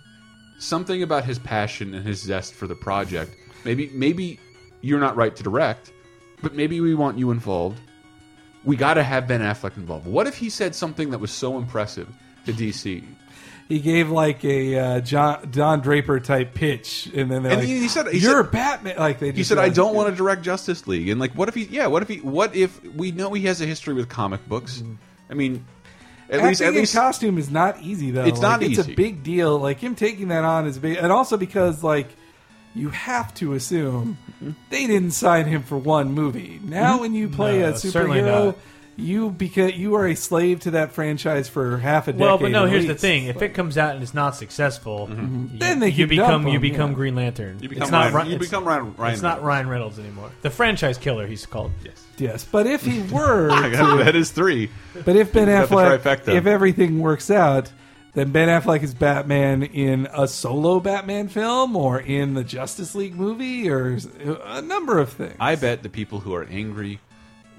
Speaker 3: something about his passion and his zest for the project? Maybe maybe you're not right to direct, but maybe we want you involved. We got to have Ben Affleck involved. What if he said something that was so impressive to DC?
Speaker 1: he gave like a uh, John Don Draper type pitch, and then they're
Speaker 3: And
Speaker 1: like,
Speaker 3: he- he said- he
Speaker 1: "You're
Speaker 3: said-
Speaker 1: Batman." Like they,
Speaker 3: He said, "I don't want to direct Justice League." And like, what if he? Yeah, what if he? What if we know he has a history with comic books?
Speaker 2: Mm-hmm.
Speaker 3: I mean, at least at least
Speaker 1: costume is not easy though.
Speaker 3: It's not
Speaker 1: Like, It's
Speaker 3: easy.
Speaker 1: a big deal. Like him taking that on is a big, and also because like you have to assume
Speaker 3: Mm-hmm.
Speaker 1: they didn't sign him for one movie. Now, when you play
Speaker 2: No,
Speaker 1: a
Speaker 2: certainly
Speaker 1: superhero,
Speaker 2: not.
Speaker 1: you because you are a slave to that franchise for half a decade.
Speaker 2: Well, but no.
Speaker 1: at
Speaker 2: Here's
Speaker 1: least.
Speaker 2: the thing: if it comes out and it's not successful, you,
Speaker 1: Then they
Speaker 2: you
Speaker 1: can dump
Speaker 2: become you
Speaker 1: him,
Speaker 2: become
Speaker 1: yeah.
Speaker 2: Green Lantern.
Speaker 3: you become
Speaker 2: it's not
Speaker 3: Ryan,
Speaker 2: Ryan,
Speaker 3: you
Speaker 2: it's,
Speaker 3: become Ryan. Ryan
Speaker 2: it's not Ryan Reynolds anymore. The franchise killer, he's called.
Speaker 3: Yes,
Speaker 1: Yes, but if
Speaker 3: *laughs*
Speaker 1: he were
Speaker 3: *laughs* that is three.
Speaker 1: But if Ben
Speaker 3: got the
Speaker 1: Affleck,
Speaker 3: trifecta.
Speaker 1: if everything works out, then Ben Affleck is Batman in a solo Batman film or in the Justice League movie or s- a number of things.
Speaker 3: I bet the people who are angry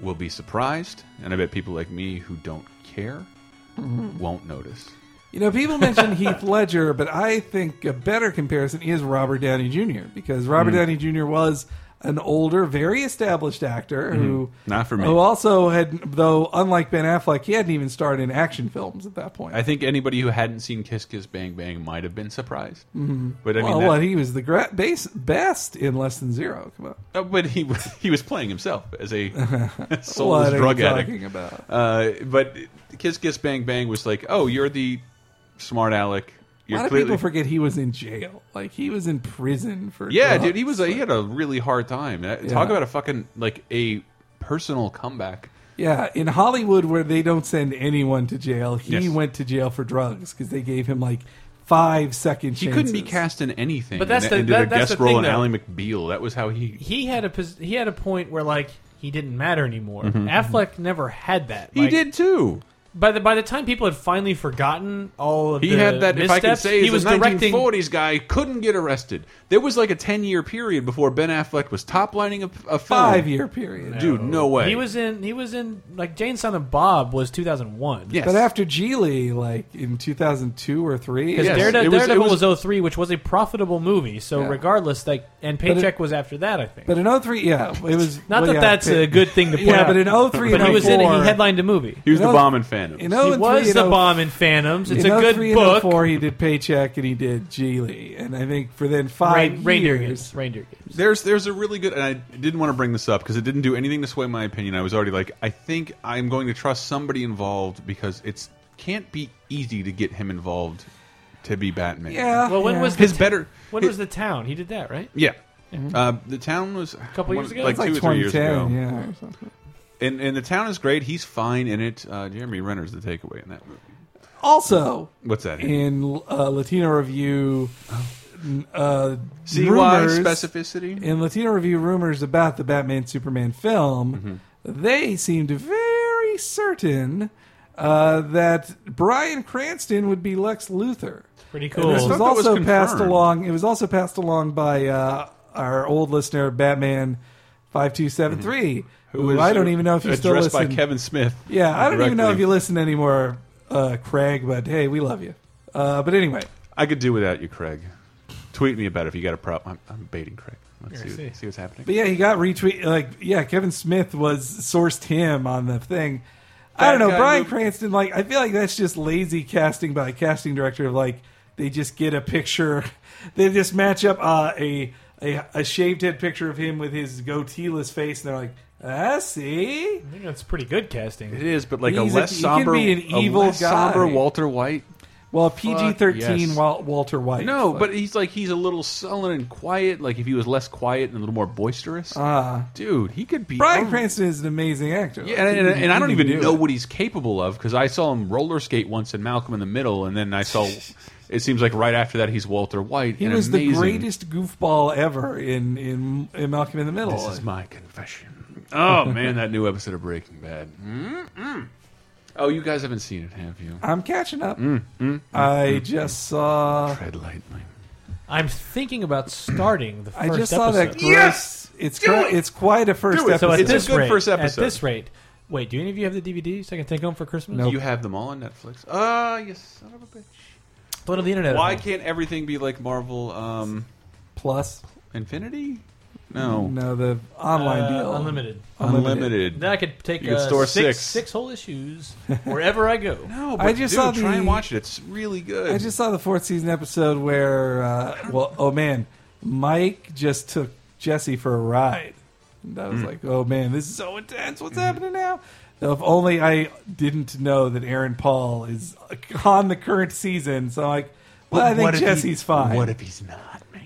Speaker 3: will be surprised, and I bet people like me who don't care
Speaker 1: Mm-hmm.
Speaker 3: won't notice.
Speaker 1: You know, people mention Heath Ledger, but I think a better comparison is Robert Downey Jr. because
Speaker 3: Hmm.
Speaker 1: Robert Downey Jr. was an older, very established actor who
Speaker 3: Hmm. Not for me.
Speaker 1: who also had though unlike Ben Affleck, he hadn't even starred in action films at that point.
Speaker 3: I think anybody who hadn't seen Kiss Kiss Bang Bang might have been surprised. But I mean,
Speaker 1: Mm-hmm. well,
Speaker 3: that-
Speaker 1: what, he was the gra- base, best in Less Than Zero. Come on,
Speaker 3: uh, but he *laughs* was- he was playing himself as
Speaker 1: *laughs*
Speaker 3: a soulless
Speaker 1: what are
Speaker 3: drug
Speaker 1: you
Speaker 3: addict.
Speaker 1: talking about?
Speaker 3: Uh, but Kiss Kiss Bang Bang was like, oh, you're the smart aleck.
Speaker 1: A
Speaker 3: You're
Speaker 1: lot of
Speaker 3: clearly
Speaker 1: people forget he was in jail. Like he was in prison for
Speaker 3: yeah,
Speaker 1: drugs.
Speaker 3: dude. He was a, he had a really hard time. That- Talk
Speaker 1: Yeah.
Speaker 3: about a fucking like a personal comeback.
Speaker 1: yeah in Hollywood where they don't send anyone to jail. He
Speaker 3: Yes.
Speaker 1: went to jail for drugs because they gave him like five second.
Speaker 3: He
Speaker 1: chances.
Speaker 3: couldn't be cast in anything.
Speaker 2: But that's
Speaker 3: and,
Speaker 2: the-
Speaker 3: and did
Speaker 2: that-
Speaker 3: a
Speaker 2: that's
Speaker 3: guest
Speaker 2: the
Speaker 3: role
Speaker 2: thing,
Speaker 3: in
Speaker 2: though.
Speaker 3: Ally McBeal. That was how he
Speaker 2: He had a pos- he had a point where like he didn't matter anymore. Affleck never had that.
Speaker 3: Mm-hmm, he
Speaker 2: Like,
Speaker 3: did too.
Speaker 2: by the by the time people had finally forgotten all of
Speaker 3: He
Speaker 2: the
Speaker 3: had that. If I
Speaker 2: missteps,
Speaker 3: could say,
Speaker 2: he was directing
Speaker 3: 1940s guy couldn't get arrested. There was like a 10 year period before Ben Affleck was top lining a, a film.
Speaker 1: five year period.
Speaker 3: dude. No way.
Speaker 2: He was in. He was in. Like Jane Silent Bob was 2001.
Speaker 3: Yes.
Speaker 1: But after Geely, like in two thousand two or three,
Speaker 2: Because
Speaker 3: Yes.
Speaker 2: Darede-
Speaker 3: it
Speaker 2: Daredevil,
Speaker 3: was- it
Speaker 2: was, 03, which was a profitable movie. So
Speaker 1: Yeah.
Speaker 2: regardless, like,
Speaker 1: it-
Speaker 2: and Paycheck was after that, I think.
Speaker 1: but in 03, yeah, it was
Speaker 2: Not
Speaker 1: well,
Speaker 2: that
Speaker 1: yeah,
Speaker 2: that's
Speaker 1: it-
Speaker 2: a good thing to point
Speaker 1: Yeah,
Speaker 2: out.
Speaker 1: but in 03
Speaker 2: But
Speaker 1: and
Speaker 2: he was in it. He
Speaker 1: 04
Speaker 2: headlined a movie.
Speaker 3: He was
Speaker 1: You
Speaker 3: the
Speaker 1: know-
Speaker 3: bomb in Phantom.
Speaker 1: in 03
Speaker 2: he was
Speaker 1: and
Speaker 2: the
Speaker 1: 04
Speaker 2: bomb in Phantoms. It's
Speaker 1: in
Speaker 2: a good
Speaker 1: 03
Speaker 2: book.
Speaker 1: And 04, he did paycheck and he did Geely, and I think for then five
Speaker 2: Rein- reindeer
Speaker 1: years,
Speaker 2: games. Reindeer games.
Speaker 3: There's there's a really good, and I didn't want to bring this up because it didn't do anything to sway my opinion. I was already like, I think I'm going to trust somebody involved because it's can't be easy to get him involved to be Batman.
Speaker 1: yeah.
Speaker 2: Well, when
Speaker 1: yeah.
Speaker 2: was the
Speaker 3: his
Speaker 2: ta-
Speaker 3: better.
Speaker 2: When
Speaker 3: hi-
Speaker 2: was the town? He did that, right?
Speaker 3: yeah.
Speaker 1: Mm-hmm.
Speaker 3: Uh, the town was a
Speaker 2: Couple years ago?
Speaker 3: like,
Speaker 1: It's like
Speaker 3: two or three years
Speaker 1: 2010,
Speaker 3: ago.
Speaker 1: yeah. or something.
Speaker 3: And and the town is great. He's fine in it. Uh, Jeremy Renner's the takeaway in that movie.
Speaker 1: Also,
Speaker 3: What's that?
Speaker 1: in uh, Latino Review, n- uh,
Speaker 3: CY
Speaker 1: rumors
Speaker 3: specificity.
Speaker 1: in Latino Review rumors about the Batman Superman film,
Speaker 3: Mm-hmm.
Speaker 1: they seemed very certain uh, that Brian Cranston would be Lex Luthor.
Speaker 2: Pretty
Speaker 1: And
Speaker 3: I
Speaker 1: this
Speaker 2: cool.
Speaker 1: was
Speaker 3: thought that was
Speaker 1: also passed
Speaker 3: confirmed.
Speaker 1: along. It was also passed along by uh, our old listener Batman five two seven three. Who
Speaker 3: was
Speaker 1: I don't even know if you still
Speaker 3: Mm-hmm. addressed
Speaker 1: listen.
Speaker 3: by Kevin Smith.
Speaker 1: Yeah, I don't even know if
Speaker 3: directly.
Speaker 1: you listen anymore, uh, Craig. But hey, we love you. Uh, but anyway,
Speaker 3: I could do without you, Craig. Tweet me about it if you got a problem. I'm, I'm baiting Craig. Let's see,
Speaker 2: Yeah, I
Speaker 3: what-
Speaker 2: see.
Speaker 3: see what's happening.
Speaker 1: but yeah, he got retweet. Like, yeah, Kevin Smith was sourced him on the thing. I don't
Speaker 3: That
Speaker 1: know,
Speaker 3: guy
Speaker 1: Brian
Speaker 3: moved-
Speaker 1: Cranston. Like, I feel like that's just lazy casting by a casting director. Of like, they just get a picture, *laughs* they just match up uh, a, a a shaved head picture of him with his goateeless face, and they're like, I see.
Speaker 2: I think that's pretty good
Speaker 3: It
Speaker 2: casting.
Speaker 3: is, but like a
Speaker 1: He's a-
Speaker 3: less
Speaker 1: he can
Speaker 3: somber,
Speaker 1: be an evil
Speaker 3: a less
Speaker 1: guy.
Speaker 3: somber Walter White.
Speaker 1: Well, PG thirteen,
Speaker 3: yes.
Speaker 1: Walter White.
Speaker 3: No,
Speaker 1: Like,
Speaker 3: but he's like he's a little sullen and quiet. Like if he was less quiet and a little more boisterous,
Speaker 1: uh,
Speaker 3: dude, he could be
Speaker 1: Brian Cranston is an amazing actor.
Speaker 3: Oh. Yeah, and, and, and I don't
Speaker 1: He can
Speaker 3: even
Speaker 1: do
Speaker 3: know
Speaker 1: it.
Speaker 3: what he's capable of because I saw him roller skate once in Malcolm in the Middle, and then I saw.
Speaker 1: *laughs*
Speaker 3: it seems like right after that he's Walter White.
Speaker 1: He
Speaker 3: and
Speaker 1: was the
Speaker 3: amazing.
Speaker 1: greatest goofball ever in, in, in Malcolm in the Middle.
Speaker 3: This is my confession. Oh man, that new episode of Breaking Bad. Mm-mm. Oh, you guys haven't seen it, have you?
Speaker 1: I'm catching up.
Speaker 3: Mm,
Speaker 1: I just saw.
Speaker 3: Red Lightning.
Speaker 2: I'm thinking about starting the first
Speaker 1: I just saw that. *laughs*
Speaker 2: episode.
Speaker 1: Gross,
Speaker 3: Yes!
Speaker 1: It's
Speaker 3: Do
Speaker 1: cur-
Speaker 3: it!
Speaker 1: it's quite a first
Speaker 3: Do it!
Speaker 1: episode.
Speaker 2: So at
Speaker 3: It's a
Speaker 2: this
Speaker 3: good
Speaker 2: rate,
Speaker 3: first episode.
Speaker 2: At this rate, wait, do any of you have the DVD so I can take home for Christmas?
Speaker 1: Nope.
Speaker 3: You have them all on Netflix. Ah, you son of a bitch.
Speaker 2: Throw it on the internet.
Speaker 3: Why can't everything be like Marvel um,
Speaker 1: Plus,
Speaker 3: Infinity? No.
Speaker 1: no, the online
Speaker 2: Uh,
Speaker 1: deal,
Speaker 2: unlimited.
Speaker 3: Unlimited.
Speaker 2: Then I could take
Speaker 3: You could
Speaker 2: uh,
Speaker 3: store
Speaker 2: six,
Speaker 3: six.
Speaker 2: six whole issues wherever I go.
Speaker 3: No, but
Speaker 1: I just
Speaker 3: dude,
Speaker 1: saw
Speaker 3: try and
Speaker 1: the-
Speaker 3: watch it. It's really good.
Speaker 1: I just saw the fourth season episode where, uh, well, oh man, Mike just took Jesse for a ride. And I
Speaker 3: Hmm.
Speaker 1: was like, oh man, this is so intense. What's happening now? Though If only I didn't know that Aaron Paul is on the current season. So I'm like, well, I think
Speaker 3: What if he-
Speaker 1: Jesse's fine.
Speaker 3: What if he's not, man?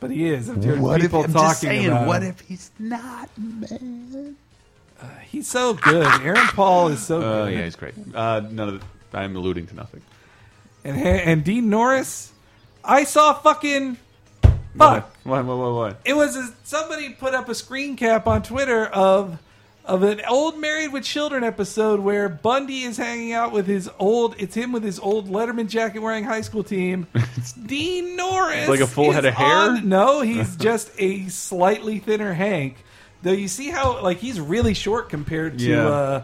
Speaker 1: but he is. I'm hearing
Speaker 3: What if
Speaker 1: people
Speaker 3: I'm
Speaker 1: talking
Speaker 3: just saying,
Speaker 1: about
Speaker 3: what
Speaker 1: him.
Speaker 3: if he's not, man?
Speaker 1: he's so good. Aaron Paul is
Speaker 3: Uh,
Speaker 1: so good.
Speaker 3: yeah, he's great. Uh, none of the, I'm alluding to nothing.
Speaker 1: And and Dean Norris, I saw fucking fuck.
Speaker 3: *laughs* What? What? What? What?
Speaker 1: it was a, somebody put up a screen cap on Twitter of of an old Married with Children episode where Bundy is hanging out with his old it's him with his old Letterman jacket wearing high
Speaker 3: *laughs*
Speaker 1: school team. Dean Norris,
Speaker 3: Like a full
Speaker 1: is
Speaker 3: head of hair?
Speaker 1: on-
Speaker 3: *laughs*
Speaker 1: no, he's just a slightly thinner Hank. Though you see how like he's really short compared to.
Speaker 3: Yeah. Mm-hmm.
Speaker 1: Uh,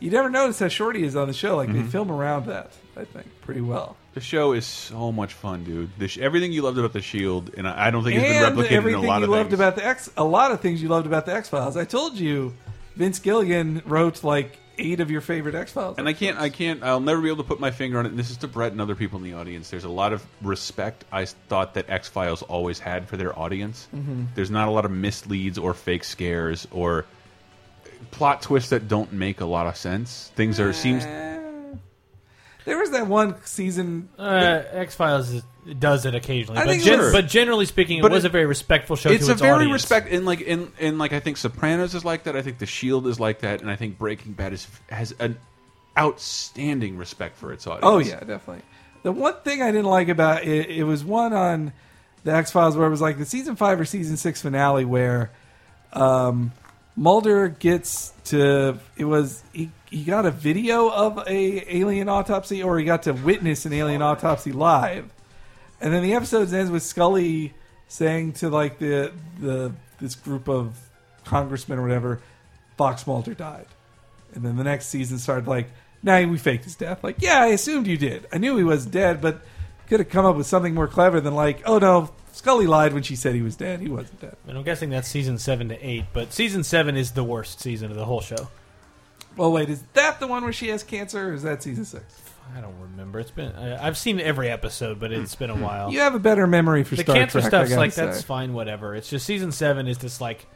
Speaker 1: you never notice how short he is on the show. Like they film around that, I think, pretty well.
Speaker 3: The show is so much fun, dude. The sh everything you loved about the Shield, and I, I don't think it's been
Speaker 1: and
Speaker 3: replicated in a
Speaker 1: everything
Speaker 3: lot
Speaker 1: you
Speaker 3: of
Speaker 1: loved
Speaker 3: things.
Speaker 1: about the X, a lot of things you loved about the X Files. I told you, Vince Gilligan wrote like eight of your favorite X Files.
Speaker 3: and I can't, I can't, I'll never be able to put my finger on it. And this is to Brett and other people in the audience. There's a lot of respect I s- thought that X Files always had for their audience.
Speaker 1: Mm-hmm.
Speaker 3: There's not a lot of misleads or fake scares or uh, plot twists that don't make a lot of sense. Things are seems
Speaker 1: Eh. There was that one season.
Speaker 2: Uh, X Files does it occasionally,
Speaker 1: I
Speaker 2: but,
Speaker 1: think
Speaker 2: gen-
Speaker 3: sure.
Speaker 2: but generally speaking, it
Speaker 3: But
Speaker 2: was
Speaker 3: it-
Speaker 2: a very respectful show.
Speaker 3: it's
Speaker 2: to
Speaker 3: a
Speaker 2: its
Speaker 3: very
Speaker 2: audience.
Speaker 3: respect and like in and like I think Sopranos is like that. I think The Shield is like that, and I think Breaking Bad is has an outstanding respect for its audience.
Speaker 1: Oh yeah, definitely. The one thing I didn't like about it, it was one on the X Files where it was like the season five or season six finale where um, Mulder gets to it was he, he got a video of a alien autopsy or he got to witness an alien autopsy live. And then the episode ends with Scully saying to like the the this group of congressmen or whatever, Fox Mulder died. And then the next season started like, nah, we faked his death. Like, yeah, I assumed you did. I knew he was dead, but could have come up with something more clever than like, oh no, Scully lied when she said he was dead. He wasn't dead.
Speaker 2: And I'm guessing that's season seven to eight, but season seven is the worst season of the whole show.
Speaker 1: Well, wait, is that the one where she has cancer, or is that season six?
Speaker 2: I don't remember. It's been I, I've seen every episode, but it's been a while.
Speaker 1: You have a better memory for
Speaker 2: the
Speaker 1: Star
Speaker 2: cancer
Speaker 1: Trek, I
Speaker 2: stuff's
Speaker 1: gotta
Speaker 2: like
Speaker 1: say.
Speaker 2: that's fine, whatever. It's just season seven is this like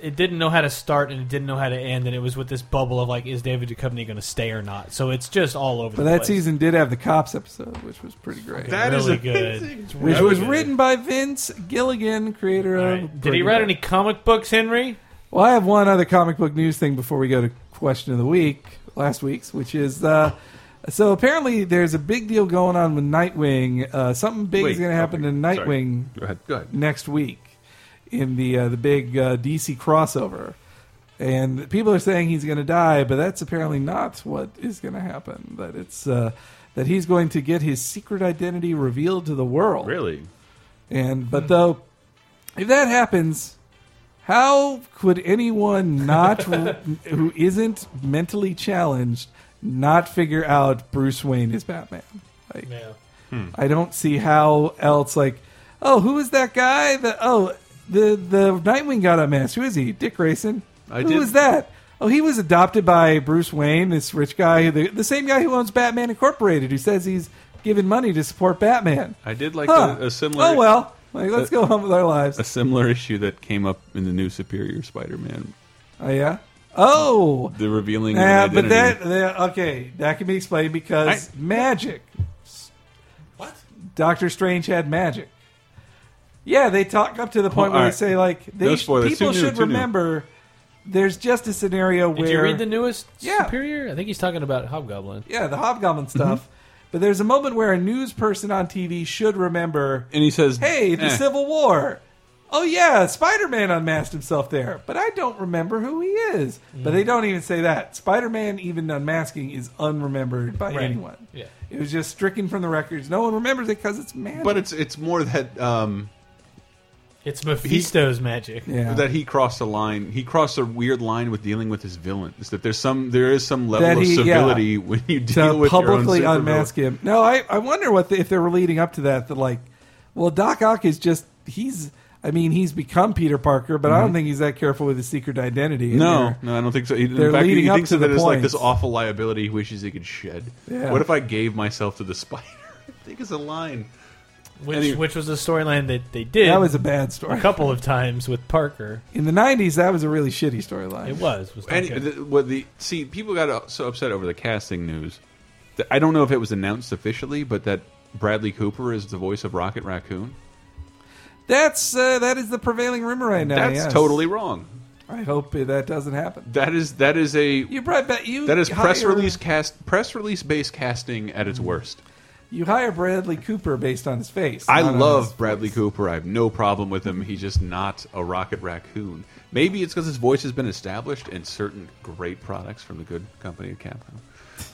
Speaker 2: it didn't know how to start and it didn't know how to end, and it was with this bubble of like, is David Duchovny going to stay or not? So it's just all over.
Speaker 1: But
Speaker 2: the
Speaker 1: that
Speaker 2: place.
Speaker 1: season did have the cops episode, which was pretty great.
Speaker 3: That is
Speaker 2: really
Speaker 3: amazing.
Speaker 2: good. It's
Speaker 1: which
Speaker 2: really
Speaker 1: was
Speaker 2: good.
Speaker 1: written uh, by Vince Gilligan, creator
Speaker 2: All
Speaker 1: of.
Speaker 2: right. Did he
Speaker 1: Breaking
Speaker 2: write
Speaker 1: Bad.
Speaker 2: any comic books, Henry?
Speaker 1: Well, I have one other comic book news thing before we go to question of the week, last week's, which is uh, so apparently there's a big deal going on with Nightwing. Uh, something big
Speaker 3: Wait,
Speaker 1: is going to happen to
Speaker 3: okay, sorry.
Speaker 1: Nightwing
Speaker 3: Go ahead. Go ahead.
Speaker 1: next week in the uh, the big uh, DC crossover. And people are saying he's going to die, but that's apparently not what is going to happen. That it's uh, that he's going to get his secret identity revealed to the world.
Speaker 3: Really?
Speaker 1: And but though, if that happens, how could anyone not who isn't mentally challenged not figure out Bruce Wayne is Batman? Like,
Speaker 2: Yeah.
Speaker 1: I don't see how else. Like, oh, who is that guy? The oh, the the Nightwing got unmasked. Who is he? Dick Grayson.
Speaker 3: I
Speaker 1: who
Speaker 3: did-
Speaker 1: was that? Oh, he was adopted by Bruce Wayne, this rich guy, the, the same guy who owns Batman Incorporated, who says he's giving money to support Batman.
Speaker 3: I did like
Speaker 1: Huh.
Speaker 3: a, a similar.
Speaker 1: Oh well, like, let's go home with our
Speaker 3: *laughs*
Speaker 1: lives.
Speaker 3: A similar issue that came up in the new Superior Spider-Man,
Speaker 1: oh yeah. Oh,
Speaker 3: the revealing. of
Speaker 1: yeah,
Speaker 3: an
Speaker 1: but that,
Speaker 3: identity.
Speaker 1: that- okay, that can be explained because
Speaker 3: I-
Speaker 1: magic. What? Doctor Strange had magic. Yeah, they talk up to the
Speaker 3: Oh,
Speaker 1: point where
Speaker 3: alright.
Speaker 1: they say like they
Speaker 3: No spoilers. Too
Speaker 1: people
Speaker 3: new,
Speaker 1: should
Speaker 3: too new.
Speaker 1: remember. There's just a scenario
Speaker 2: Did
Speaker 1: where
Speaker 2: you read the newest
Speaker 1: Yeah.
Speaker 2: Superior? I think he's talking about Hobgoblin.
Speaker 1: yeah the Hobgoblin stuff.
Speaker 3: Mm-hmm.
Speaker 1: But there's a moment where a news person on TV should remember
Speaker 3: and he says,
Speaker 1: hey, the
Speaker 3: eh.
Speaker 1: Civil War. oh yeah, Spider Man unmasked himself there, but I don't remember who he is. But
Speaker 3: Mm.
Speaker 1: they don't even say that. Spider Man, even unmasking, is unremembered by
Speaker 2: Right.
Speaker 1: anyone.
Speaker 2: Yeah.
Speaker 1: It was just stricken from the records. No one remembers it because it's magic.
Speaker 3: But it's it's more that um,
Speaker 2: It's Mephisto's magic.
Speaker 1: yeah.
Speaker 3: that he crossed a line. He crossed a weird line with dealing with his villains. That there's some there is some level
Speaker 1: That
Speaker 3: of
Speaker 1: he- yeah.
Speaker 3: civility when you deal
Speaker 1: to
Speaker 3: with
Speaker 1: publicly
Speaker 3: your own supervillain.
Speaker 1: unmask him. No, I, I wonder what the, if they were leading up to that. That like, well, Doc Ock is just he's. I mean, he's become Peter Parker, but I don't think he's that careful with his secret identity. in
Speaker 3: Mm-hmm. No,
Speaker 1: there.
Speaker 3: no, I don't think so. In
Speaker 1: they're
Speaker 3: fact, he
Speaker 1: leading up
Speaker 3: thinks
Speaker 1: to
Speaker 3: of it
Speaker 1: the
Speaker 3: as like this
Speaker 1: points.
Speaker 3: awful liability he wishes he could shed.
Speaker 1: Yeah.
Speaker 3: What if I gave myself to the *laughs* spider? I think it's a line.
Speaker 2: Which,
Speaker 3: Anyway.
Speaker 2: which was the storyline that they did
Speaker 1: that was a bad
Speaker 2: a
Speaker 1: story.
Speaker 2: couple of times with Parker.
Speaker 1: In the '90s, that was a really shitty storyline.
Speaker 2: It was. was not
Speaker 3: Any,
Speaker 2: good.
Speaker 3: the, what the see people got uh, so upset over the casting news. that- I don't know if it was announced officially, but that Bradley Cooper is the voice of Rocket Raccoon.
Speaker 1: That's uh, that is the prevailing rumor right now.
Speaker 3: That's
Speaker 1: yes.
Speaker 3: totally wrong.
Speaker 1: I hope that doesn't happen.
Speaker 3: That is that is a
Speaker 1: You probably bet you
Speaker 3: that is press
Speaker 1: hire-
Speaker 3: release cast press release based casting at
Speaker 1: Mm.
Speaker 3: its worst.
Speaker 1: You hire Bradley Cooper based on his face.
Speaker 3: I
Speaker 1: not on
Speaker 3: love
Speaker 1: his
Speaker 3: Bradley
Speaker 1: voice.
Speaker 3: Cooper. I have no problem with him. He's just not a rocket raccoon. Maybe it's because his voice has been established in certain great products from the good company of Capcom.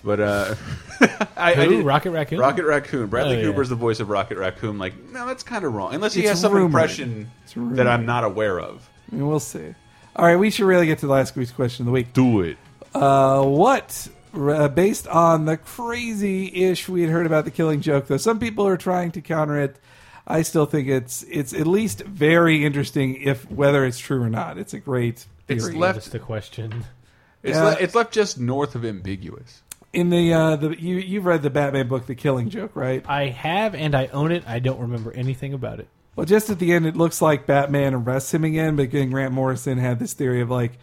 Speaker 3: But uh, *laughs* I, I
Speaker 2: Who?
Speaker 3: did-
Speaker 2: Rocket Raccoon?
Speaker 3: Rocket Raccoon. Bradley
Speaker 2: Oh, yeah.
Speaker 3: Cooper's the voice of Rocket Raccoon. Like, no, that's kind of wrong. Unless he
Speaker 1: It's
Speaker 3: has some
Speaker 1: rumored.
Speaker 3: impression
Speaker 1: It's rumored.
Speaker 3: that I'm not aware of.
Speaker 1: I mean, we'll see. All right, we should really get to the last week's question of the week.
Speaker 3: Do it.
Speaker 1: Uh, what, uh, based on the crazy ish we had heard about the Killing Joke, though some people are trying to counter it. I still think it's it's at least very interesting, if whether it's true or not. It's a great
Speaker 3: It's
Speaker 1: theory.
Speaker 3: left.
Speaker 2: Just a question.
Speaker 3: It's,
Speaker 1: Yeah.
Speaker 3: le- it's left just north of ambiguous.
Speaker 1: in the uh, the you you've read the Batman book, The Killing Joke, right?
Speaker 2: I have and I own it. I don't remember anything about it.
Speaker 1: Well, just at the end, it looks like Batman arrests him again, but then Grant Morrison had this theory of like,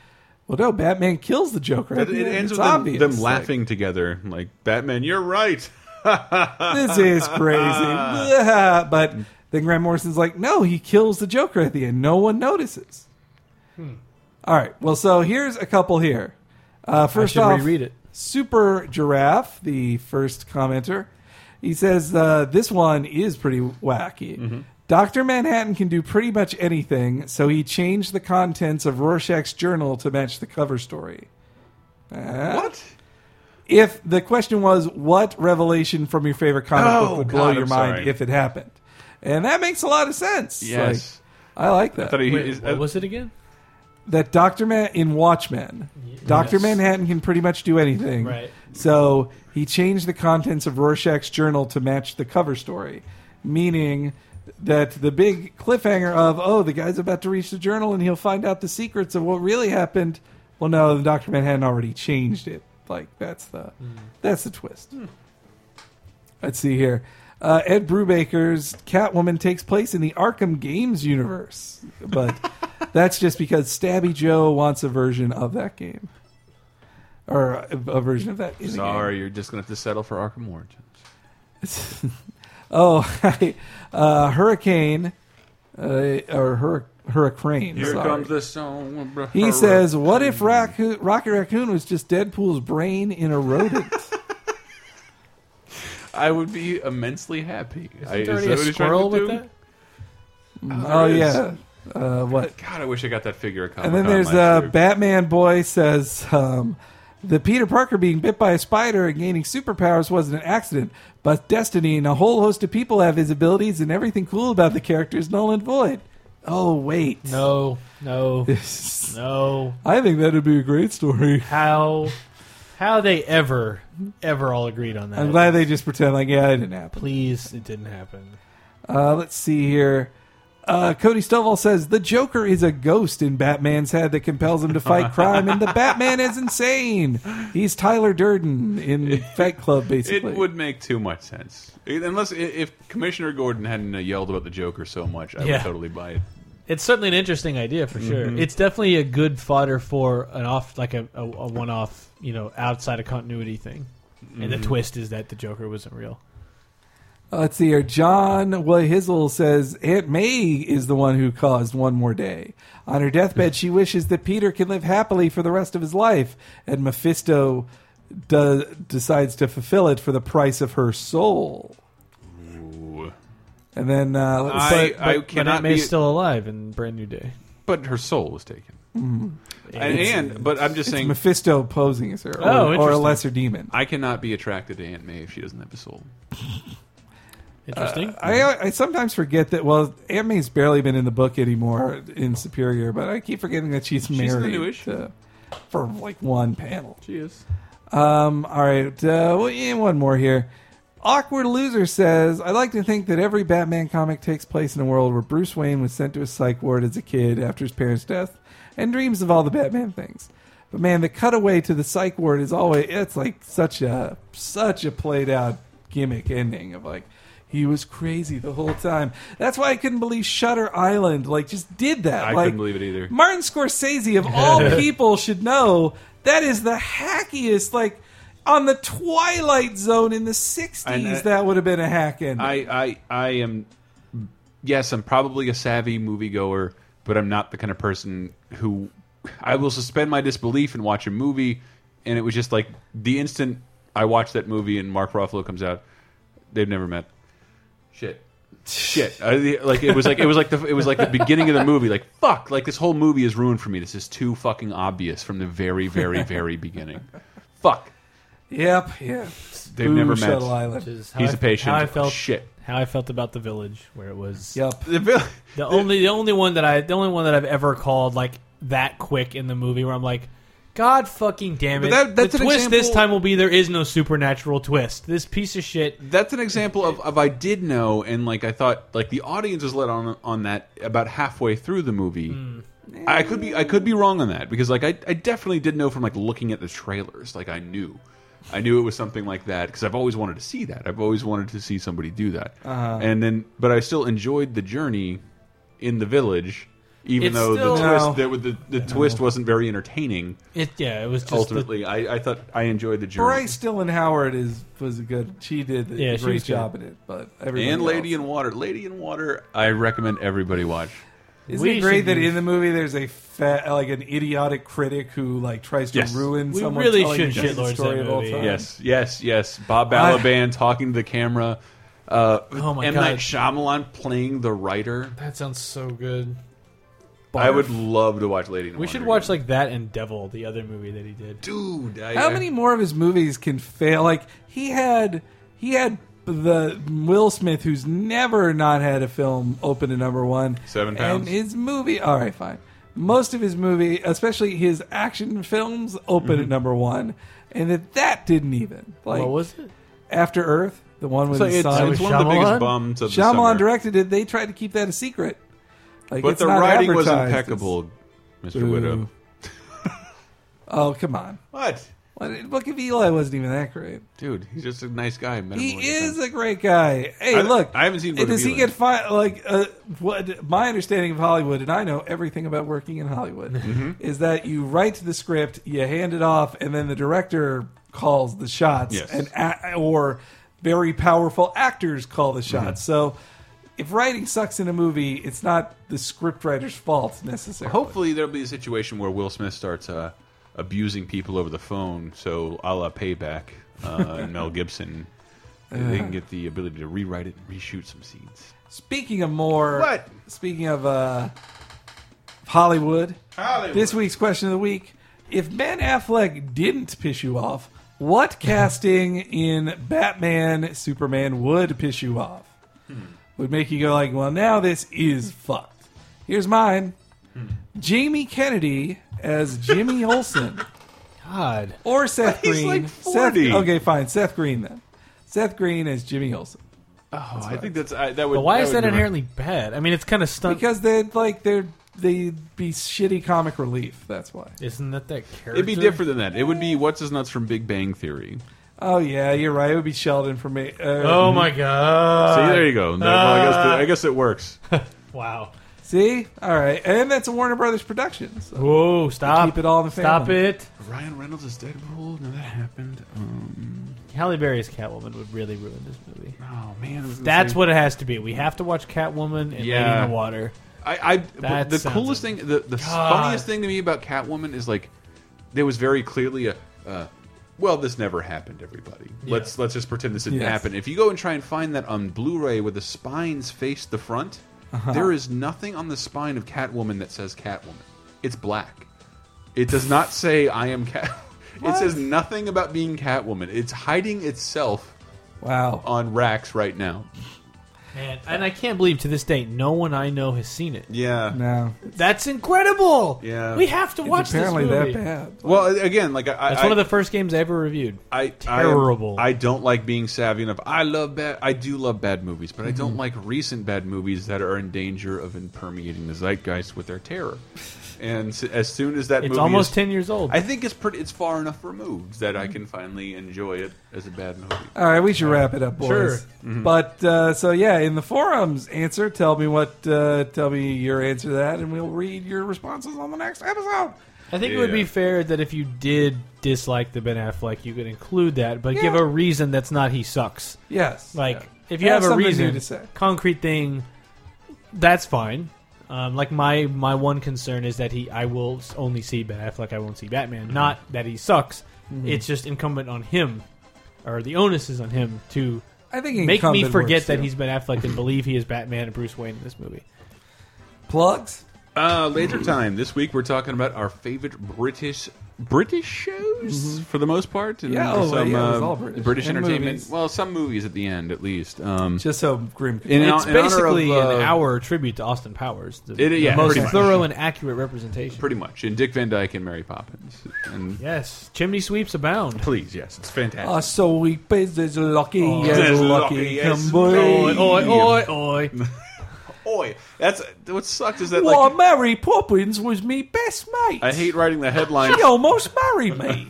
Speaker 1: well, no, Batman kills the Joker. at
Speaker 3: It,
Speaker 1: the
Speaker 3: it
Speaker 1: end.
Speaker 3: ends
Speaker 1: It's
Speaker 3: with them,
Speaker 1: obvious.
Speaker 3: them
Speaker 1: Like,
Speaker 3: laughing together, like Batman. You're right.
Speaker 1: this is
Speaker 2: *laughs*
Speaker 1: crazy. but then Grant Morrison's like, no, he kills the Joker at the end. No one notices.
Speaker 2: Hmm.
Speaker 1: All right. Well, so here's a couple here. Uh, first
Speaker 2: should
Speaker 1: off,
Speaker 2: reread it.
Speaker 1: Super Giraffe, the first commenter, he says uh, this one is pretty wacky.
Speaker 2: Mm-hmm.
Speaker 1: Doctor Manhattan can do pretty much anything, so he changed the contents of Rorschach's journal to match the cover story.
Speaker 3: What?
Speaker 1: if the question was what revelation from your favorite comic
Speaker 3: Oh,
Speaker 1: book would
Speaker 3: God,
Speaker 1: blow your
Speaker 3: I'm
Speaker 1: mind
Speaker 3: sorry.
Speaker 1: if it happened and that makes a lot of sense
Speaker 3: Yes.
Speaker 1: Like, i like
Speaker 3: I thought
Speaker 1: that
Speaker 3: he,
Speaker 2: Wait,
Speaker 3: is- uh,
Speaker 2: what was it again?
Speaker 1: that dr man in watchmen dr
Speaker 2: Yes.
Speaker 1: manhattan can pretty much do anything
Speaker 2: Right.
Speaker 1: so he changed the contents of rorschach's journal to match the cover story meaning that the big cliffhanger of oh the guy's about to reach the journal and he'll find out the secrets of what really happened well no dr manhattan already changed it like that's the
Speaker 2: Mm.
Speaker 1: that's the twist Let's see here. Uh, Ed Brubaker's Catwoman takes place in the Arkham Games universe, but that's just because Stabby Joe wants a version of that game, or a, a version of that. in the
Speaker 3: Sorry, you're just gonna have to settle for Arkham Origins.
Speaker 1: game. *laughs* Oh, I, uh, Hurricane uh, or Hur- Hurricane.
Speaker 3: Here
Speaker 1: sorry.
Speaker 3: comes the song. of
Speaker 1: He
Speaker 3: Hurrah.
Speaker 1: says, "What if Raccoon, Rocket Raccoon was just Deadpool's brain in
Speaker 3: *laughs*
Speaker 1: a rodent?"
Speaker 3: "I would be immensely happy." I,
Speaker 2: Is there
Speaker 3: is
Speaker 2: already
Speaker 3: that
Speaker 2: a
Speaker 3: what he's trying
Speaker 2: squirrel
Speaker 3: to
Speaker 2: with
Speaker 3: do?
Speaker 2: that?
Speaker 1: oh
Speaker 3: there it is.
Speaker 1: yeah, uh, what?
Speaker 3: God, I wish I got that figure. At
Speaker 2: Oh,
Speaker 1: And then there's uh, Batman Boy says um, the Peter Parker being bit by a spider and gaining superpowers wasn't an accident, but destiny. And a whole host of people have his abilities, and everything cool about the character is null and void. Oh wait,
Speaker 2: No,
Speaker 3: *laughs*
Speaker 2: no,
Speaker 1: *laughs* I
Speaker 2: no.
Speaker 1: think that'd be a great story.
Speaker 2: How, how they ever, ever all agreed on that?
Speaker 1: I'm glad they just pretend like yeah, it didn't happen.
Speaker 2: Please, it didn't happen.
Speaker 1: Uh, let's see here. Uh, Cody Stovall says the Joker is a ghost in Batman's head that compels him to fight crime, and the Batman is insane. He's Tyler Durden in Fight Club,
Speaker 3: It
Speaker 1: basically.
Speaker 3: would make too much sense It- unless i- if Commissioner Gordon hadn't uh, yelled about the Joker so much. I would
Speaker 2: Yeah.
Speaker 3: totally buy it.
Speaker 2: It's certainly an interesting idea for sure.
Speaker 3: Mm-hmm.
Speaker 2: It's definitely a good fodder for an off, like a, a, a one-off, you know, outside of continuity thing. And the
Speaker 3: Mm-hmm.
Speaker 2: twist is that the Joker wasn't real.
Speaker 1: Uh, Let's see here. John Wahizel says Aunt May is the one who caused one more day. On her deathbed, she wishes that Peter can live happily for the rest of his life, and Mephisto do- decides to fulfill it for the price of her soul.
Speaker 3: Ooh.
Speaker 1: And then uh, let's
Speaker 3: I-
Speaker 1: but-
Speaker 3: I
Speaker 1: but-
Speaker 3: cannot
Speaker 2: Aunt May's
Speaker 3: be-
Speaker 2: still alive in Brand New Day.
Speaker 3: but her soul was taken. And, and uh, but I'm just
Speaker 1: it's
Speaker 3: saying,
Speaker 1: Mephisto posing as her, or,
Speaker 2: Oh,
Speaker 1: or a
Speaker 2: interesting.
Speaker 1: lesser demon.
Speaker 3: I cannot be attracted to Aunt May if she doesn't have a soul.
Speaker 2: Interesting.
Speaker 1: I, I sometimes forget that. Well, Aunt May's barely been in the book anymore in Superior, but I keep forgetting that she's married
Speaker 3: in the new issue.
Speaker 1: to- for like one panel.
Speaker 3: She is.
Speaker 1: Um, all right, uh, well, yeah, one more here. Awkward loser says, "I like to think that every Batman comic takes place in a world where Bruce Wayne was sent to a psych ward as a kid after his parents' death, and dreams of all the Batman things. But man, the cutaway to the psych ward is always—it's like such a such a played-out gimmick ending of like." He was crazy the whole time. That's why I couldn't believe Shutter Island like just did that.
Speaker 3: I
Speaker 1: like,
Speaker 3: couldn't believe it either.
Speaker 1: Martin Scorsese
Speaker 3: *laughs*
Speaker 1: of all people should know that is the hackiest. Like on the Twilight Zone in the '60s,
Speaker 3: And, uh,
Speaker 1: that would have been a hack end.
Speaker 3: I, I I am yes, I'm probably a savvy moviegoer, but I'm not the kind of person who I will suspend my disbelief and watch a movie and it was just like the instant I watched that movie and Mark Ruffalo comes out, they've never met. Shit. Shit. I, like it was like it was like the it was like the beginning of the movie. Like fuck, like this whole movie is ruined for me. This is too fucking obvious from the very, very, very beginning. Fuck.
Speaker 1: yep, yeah.
Speaker 3: They've
Speaker 1: Boo,
Speaker 3: never met.
Speaker 1: Shuttle Island.
Speaker 2: Which is how
Speaker 3: He's
Speaker 2: I-
Speaker 3: a patient.
Speaker 2: How I felt.
Speaker 3: Shit.
Speaker 2: How I felt about the village, where it was
Speaker 1: Yep.
Speaker 3: The vill-
Speaker 2: the only the only one that I the only one that I've ever called like that quick in the movie, where I'm like, God fucking damn
Speaker 3: But
Speaker 2: it!
Speaker 3: that- that's
Speaker 2: the
Speaker 3: an
Speaker 2: twist this
Speaker 3: example-
Speaker 2: time will be there is no supernatural twist. This piece of shit.
Speaker 3: that's an example
Speaker 2: *laughs*
Speaker 3: of, of I did know, and like I thought, like the audience was let on on that about halfway through the movie.
Speaker 2: Hmm.
Speaker 3: I could be I could be wrong on that because like I, I definitely did know from like looking at the trailers, like I knew, I knew it was something like that because I've always wanted to see that. I've always wanted to see somebody do that,
Speaker 2: Uh-huh.
Speaker 3: and then but I still enjoyed the journey in the village, even
Speaker 2: It's
Speaker 3: though
Speaker 2: still-
Speaker 3: the twist
Speaker 1: No.
Speaker 3: the, the, the twist wasn't very entertaining.
Speaker 2: It yeah, it was just the-
Speaker 3: Ultimately, I, I thought I enjoyed the journey.
Speaker 1: Bryce Dylan Howard is was a good. She did a
Speaker 2: Yeah, she
Speaker 1: great
Speaker 2: was good.
Speaker 1: job in it, but everybody
Speaker 3: and Lady
Speaker 1: else-
Speaker 3: in Water. Lady in Water, I recommend everybody watch.
Speaker 1: Isn't
Speaker 2: We
Speaker 1: it great
Speaker 2: should
Speaker 1: that
Speaker 2: do-
Speaker 1: in the movie there's a fat, like an idiotic critic who like tries to
Speaker 3: Yes.
Speaker 1: ruin
Speaker 2: We
Speaker 1: someone
Speaker 2: really
Speaker 1: telling
Speaker 2: should
Speaker 1: the
Speaker 2: shitlords that
Speaker 1: story of all
Speaker 2: movie.
Speaker 1: time?
Speaker 3: Yes, yes, yes. Bob
Speaker 1: I-
Speaker 3: Balaban talking to the camera. Uh,
Speaker 2: Oh my
Speaker 3: M.
Speaker 2: God.
Speaker 3: Night Shyamalan playing the writer.
Speaker 2: that sounds so good.
Speaker 3: I would love to watch Lady in
Speaker 2: We
Speaker 3: Water.
Speaker 2: should watch
Speaker 3: again.
Speaker 2: like that and Devil, the other movie that he did.
Speaker 3: dude. I,
Speaker 1: How
Speaker 3: I-
Speaker 1: many more of his movies can fail? Like he had, he had the Will Smith, who's never not had a film open to number one.
Speaker 3: Seven pounds.
Speaker 1: And his movie, all right, fine. Most of his movie, especially his action films, open
Speaker 3: Mm-hmm.
Speaker 1: at number one, and that that didn't even like
Speaker 2: What was it?
Speaker 1: After Earth, the one with
Speaker 3: So
Speaker 1: his
Speaker 3: it's,
Speaker 1: son.
Speaker 3: it's one of the biggest
Speaker 2: Shyamalan?
Speaker 3: bums of the summer.
Speaker 1: Shyamalan directed it. They tried to keep that a secret. Like,
Speaker 3: but
Speaker 1: it's
Speaker 3: the
Speaker 1: not
Speaker 3: writing was
Speaker 1: advertised.
Speaker 3: impeccable, Mr.
Speaker 1: Boo.
Speaker 3: Widow.
Speaker 1: Oh come on!
Speaker 3: What,
Speaker 1: What- Book of Eli wasn't even that great.
Speaker 3: dude? He's just a nice guy. I met him
Speaker 1: He
Speaker 3: one time.
Speaker 1: is a great guy. Hey,
Speaker 3: I-
Speaker 1: look,
Speaker 3: I haven't seen
Speaker 1: and Does he
Speaker 3: Bodavilan.
Speaker 1: get fired? Like, uh, what? My understanding of Hollywood, and I know everything about working
Speaker 3: *laughs*
Speaker 1: in Hollywood,
Speaker 3: Mm-hmm.
Speaker 1: is that you write the script, you hand it off, and then the director calls the shots,
Speaker 3: Yes.
Speaker 1: and a- or very powerful actors call the shots.
Speaker 3: Mm-hmm.
Speaker 1: So. If writing sucks in a movie, it's not the scriptwriter's fault necessarily.
Speaker 3: Hopefully, there'll be a situation where Will Smith starts uh, abusing people over the phone, so a la payback uh, and Mel
Speaker 2: *laughs*
Speaker 3: Gibson. They can get the ability to rewrite it and reshoot some scenes.
Speaker 1: Speaking of more,
Speaker 3: What?
Speaker 1: Speaking of uh, Hollywood,
Speaker 3: Hollywood.
Speaker 1: This week's question of the week: If Ben Affleck didn't piss you off,
Speaker 3: *laughs*
Speaker 1: what casting in Batman Superman would piss you off?
Speaker 3: Hmm.
Speaker 1: Would make you go like, "Well, now this is fucked." Here's mine:
Speaker 3: Hmm.
Speaker 1: Jamie Kennedy
Speaker 3: *laughs*
Speaker 1: as Jimmy Olsen.
Speaker 2: God,
Speaker 1: Or Seth
Speaker 3: He's
Speaker 1: Green.
Speaker 3: like
Speaker 1: Seth-
Speaker 3: 40.
Speaker 1: okay, fine. Seth Green then. Seth Green as Jimmy Olsen.
Speaker 3: Oh, I think that's I, that would.
Speaker 2: but why is
Speaker 3: would
Speaker 2: that
Speaker 3: never-
Speaker 2: inherently bad? I mean, it's kind of stunt.
Speaker 1: Because they'd like they're they'd be shitty comic relief. That's why.
Speaker 2: Isn't that that character?
Speaker 3: It'd be different than that. It would be what's his nuts from Big Bang Theory.
Speaker 1: Oh yeah, you're right. It would be Sheldon for me. Uh,
Speaker 2: Oh my god!
Speaker 3: See, there you go. No, well, I, guess
Speaker 2: Uh,
Speaker 3: I guess it
Speaker 2: *laughs*
Speaker 3: works.
Speaker 2: Wow.
Speaker 1: See, all right, and that's a Warner Brothers production. So
Speaker 2: Whoa! Stop.
Speaker 1: keep it all in the
Speaker 2: Stop
Speaker 1: family.
Speaker 2: it.
Speaker 3: Ryan Reynolds is Deadpool. No, that happened. Um,
Speaker 2: Halle Berry's Catwoman would really ruin this movie.
Speaker 3: oh man, I was gonna
Speaker 2: That's
Speaker 3: say-
Speaker 2: what it has to be. We have to watch Catwoman and Lady
Speaker 3: Yeah.
Speaker 2: in the Water.
Speaker 3: I, I but
Speaker 2: That
Speaker 3: the
Speaker 2: sounds
Speaker 3: coolest thing, the, the funniest thing to me about Catwoman is like there was very clearly a uh, well, this never happened, everybody. Let's let's just pretend this didn't
Speaker 1: Yes.
Speaker 3: happen. If you go and try and find that on Blu-ray where the spines face the front, there is nothing on the spine of Catwoman that says Catwoman. It's black. It does
Speaker 2: *laughs*
Speaker 3: not say I am Cat. *laughs* It says nothing about being Catwoman. It's hiding itself
Speaker 2: Oh.
Speaker 1: Wow.
Speaker 3: on racks right now.
Speaker 2: Man, and I can't believe to this day no one I know has seen it.
Speaker 3: Yeah.
Speaker 1: No.
Speaker 2: That's incredible.
Speaker 3: Yeah.
Speaker 2: we have to watch
Speaker 1: it's apparently
Speaker 2: this movie.
Speaker 1: that bad.
Speaker 3: Well, again, like I,
Speaker 2: That's
Speaker 3: I,
Speaker 2: one of the first games I ever reviewed.
Speaker 3: I
Speaker 2: Terrible.
Speaker 3: I, am- I don't like being savvy enough. I love bad. I do love bad movies, but I
Speaker 1: Mm-hmm.
Speaker 3: don't like recent bad movies that are in danger of impermeating the zeitgeist with their terror. And s- as soon as that
Speaker 2: It's
Speaker 3: movie
Speaker 2: almost
Speaker 3: is,
Speaker 2: ten years old.
Speaker 3: I think it's pretty. It's far enough removed that
Speaker 1: Mm-hmm.
Speaker 3: I can finally enjoy it as a bad movie.
Speaker 1: All right, we should wrap it up, boys.
Speaker 2: Sure.
Speaker 3: Mm-hmm.
Speaker 1: But uh, so yeah, in the forums, answer. Tell me what. Uh, tell me your answer to that, and we'll read your responses on the next episode.
Speaker 2: I think it would
Speaker 3: Yeah.
Speaker 2: be fair that if you did dislike the Ben Affleck, you could include that, but give a reason that's not he sucks.
Speaker 1: Yes.
Speaker 2: Like
Speaker 1: Yeah.
Speaker 2: if you
Speaker 1: Have
Speaker 2: have, a
Speaker 1: something new
Speaker 2: reason,
Speaker 1: to say.
Speaker 2: concrete thing, that's fine. Um, like my my one concern is that he I will s- only see Ben Affleck. I won't see Batman. Not that he sucks. It's just incumbent on him, or the onus is on him to
Speaker 1: I think
Speaker 2: make me
Speaker 1: incumbent
Speaker 2: forget
Speaker 1: works,
Speaker 2: that
Speaker 1: too.
Speaker 2: he's Ben Affleck and believe he is Batman and Bruce Wayne in this movie.
Speaker 1: plugs.
Speaker 3: Uh,
Speaker 1: Mm-hmm.
Speaker 3: laser time. This week we're talking about our favorite British British shows for the most part. And
Speaker 1: Mm-hmm. Yeah, oh,
Speaker 3: some,
Speaker 1: yeah, it was
Speaker 3: uh,
Speaker 1: all British. And
Speaker 3: entertainment.
Speaker 1: movies.
Speaker 3: Well, some movies at the end, at least. Um,
Speaker 1: Just so grim. could-
Speaker 3: in-
Speaker 2: It's
Speaker 3: in honor of,
Speaker 2: basically
Speaker 3: uh,
Speaker 2: an hour tribute to Austin Powers. The,
Speaker 3: It-
Speaker 2: the
Speaker 3: yeah,
Speaker 2: most
Speaker 3: pretty much.
Speaker 2: thorough and accurate representation.
Speaker 3: pretty much. And Dick Van Dyke and Mary Poppins. And
Speaker 2: yes, chimney sweeps abound.
Speaker 3: Please, yes, it's fantastic.
Speaker 1: Ah, so we pays is lucky,
Speaker 2: Oh,
Speaker 1: yes,
Speaker 3: there's
Speaker 1: lucky,
Speaker 3: lucky, yes. Oh,
Speaker 1: Cumboy.
Speaker 2: Oi, oi, oi, oi.
Speaker 3: Oi, that's what sucks is that
Speaker 1: Why,
Speaker 3: like
Speaker 1: Mary Poppins was me best mate.
Speaker 3: I hate writing the headlines.
Speaker 1: She almost married me.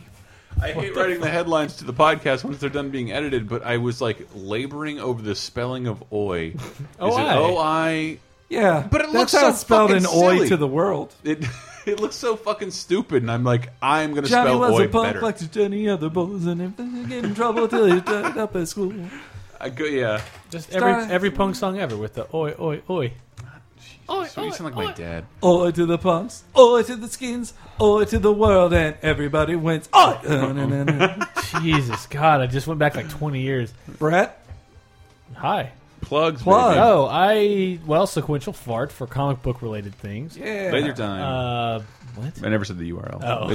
Speaker 3: I hate writing the headlines to the podcast once they're done being edited. But I was like laboring over the spelling of oi. Is it
Speaker 2: Oi.
Speaker 3: o i?
Speaker 1: Yeah,
Speaker 3: But it
Speaker 1: that's
Speaker 3: looks
Speaker 1: how
Speaker 3: so
Speaker 1: it's spelled in
Speaker 3: fucking
Speaker 1: "oi"
Speaker 3: silly.
Speaker 1: to the world.
Speaker 3: It *laughs* it looks so fucking stupid, and I'm like, I'm gonna
Speaker 1: Johnny
Speaker 3: spell
Speaker 1: was
Speaker 3: oi
Speaker 1: a punk
Speaker 3: better.
Speaker 1: like any other boys, and if they get in trouble till he turned *laughs* up at school.
Speaker 3: I go, yeah.
Speaker 2: Just every
Speaker 1: Start-
Speaker 2: every punk song ever with the oi oi oi. Oi,
Speaker 3: so you
Speaker 2: oi,
Speaker 3: sound like my
Speaker 2: oi.
Speaker 3: dad.
Speaker 1: Oi to the pumps, oi to the skins, oi to the world, and everybody wins. Oi! Uh, na, na, na.
Speaker 2: Jesus *laughs* God, I just went back like twenty years.
Speaker 1: *laughs* Brett,
Speaker 2: Hi.
Speaker 3: Plugs,
Speaker 1: Plug.
Speaker 3: baby.
Speaker 2: Oh, I well sequential fart for comic book related things.
Speaker 1: yeah,
Speaker 3: Laser time.
Speaker 2: Uh, what?
Speaker 3: I never said the URL.
Speaker 2: Oh.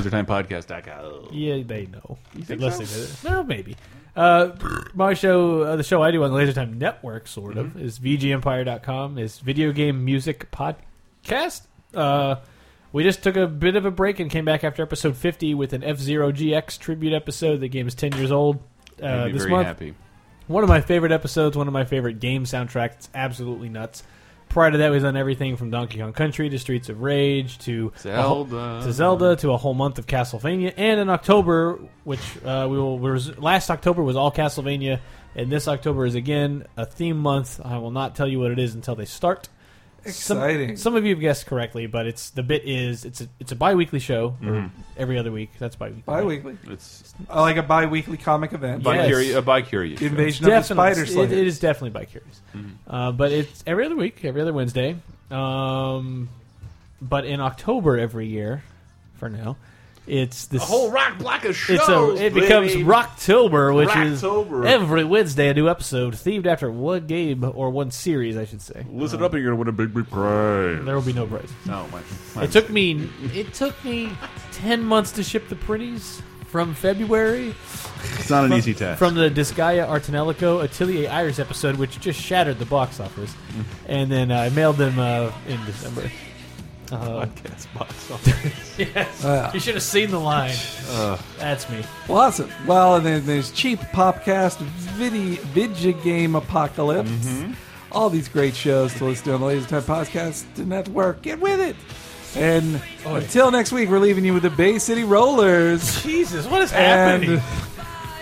Speaker 3: LaserTimePodcast.com.
Speaker 2: Yeah, they know.
Speaker 3: think
Speaker 2: Unless
Speaker 3: so?
Speaker 2: they did it. No, maybe. Uh, my show, uh, the show I do on the Laser Time Network, sort
Speaker 3: Mm-hmm.
Speaker 2: of, is VGEmpire.com, is video game music podcast. Uh, we just took a bit of a break and came back after episode 50 with an F Zero GX tribute episode. The game is 10 years old
Speaker 3: Made
Speaker 2: uh,
Speaker 3: me
Speaker 2: this
Speaker 3: very
Speaker 2: month.
Speaker 3: happy.
Speaker 2: One of my favorite episodes, one of my favorite game soundtracks. It's absolutely nuts. Prior to that, we've done everything from Donkey Kong Country to Streets of Rage to a whole-
Speaker 3: Zelda.
Speaker 2: to Zelda to a whole month of Castlevania, and in October, which uh, we will was, last October was all Castlevania, and this October is again a theme month. I will not tell you what it is until they start. Some-
Speaker 1: Exciting.
Speaker 2: Some, of you have guessed correctly, but it's the bit is it's a it's a biweekly show or
Speaker 3: Mm-hmm.
Speaker 2: every other week. That's biweekly.
Speaker 1: bi-weekly,
Speaker 3: It's
Speaker 1: uh, like a bi-weekly comic event.
Speaker 2: Yeah. Yes.
Speaker 3: bicurious. A bicurious. show.
Speaker 1: Invasion of the
Speaker 2: Definitely,
Speaker 1: Spider
Speaker 2: it,
Speaker 1: Slayer.
Speaker 2: it is definitely by Curious,
Speaker 3: Mm-hmm.
Speaker 2: uh, but it's every other week, every other Wednesday. Um, but in October every year, for now, it's this
Speaker 3: A whole rock block of shows.
Speaker 2: It's a, it
Speaker 3: baby.
Speaker 2: becomes Rocktober, which
Speaker 3: Rocktober.
Speaker 2: is every Wednesday a new episode themed after one game or one series, I should say.
Speaker 3: Listen up, and you're gonna win a big, big prize.
Speaker 2: There will be no prize.
Speaker 3: No, Oh, my, my
Speaker 2: It took me it took me ten months to ship the printies from February
Speaker 3: It's not an easy task.
Speaker 2: from the Disgaea Artanelico Atelier Iris episode, which just shattered the box office, and then I mailed them uh, in December. Uh,
Speaker 3: podcast
Speaker 2: *laughs*
Speaker 3: box office.
Speaker 2: yes,
Speaker 1: Wow.
Speaker 2: you should have seen the line. That's me.
Speaker 1: Lots of well, and then there's cheap podcast, video, video game apocalypse, all these great shows to listen to on the Laser Time Podcast Network. Get with it! And until next week, we're leaving you with the Bay City Rollers
Speaker 2: Jesus, what is
Speaker 1: and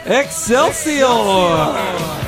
Speaker 1: Excelsior.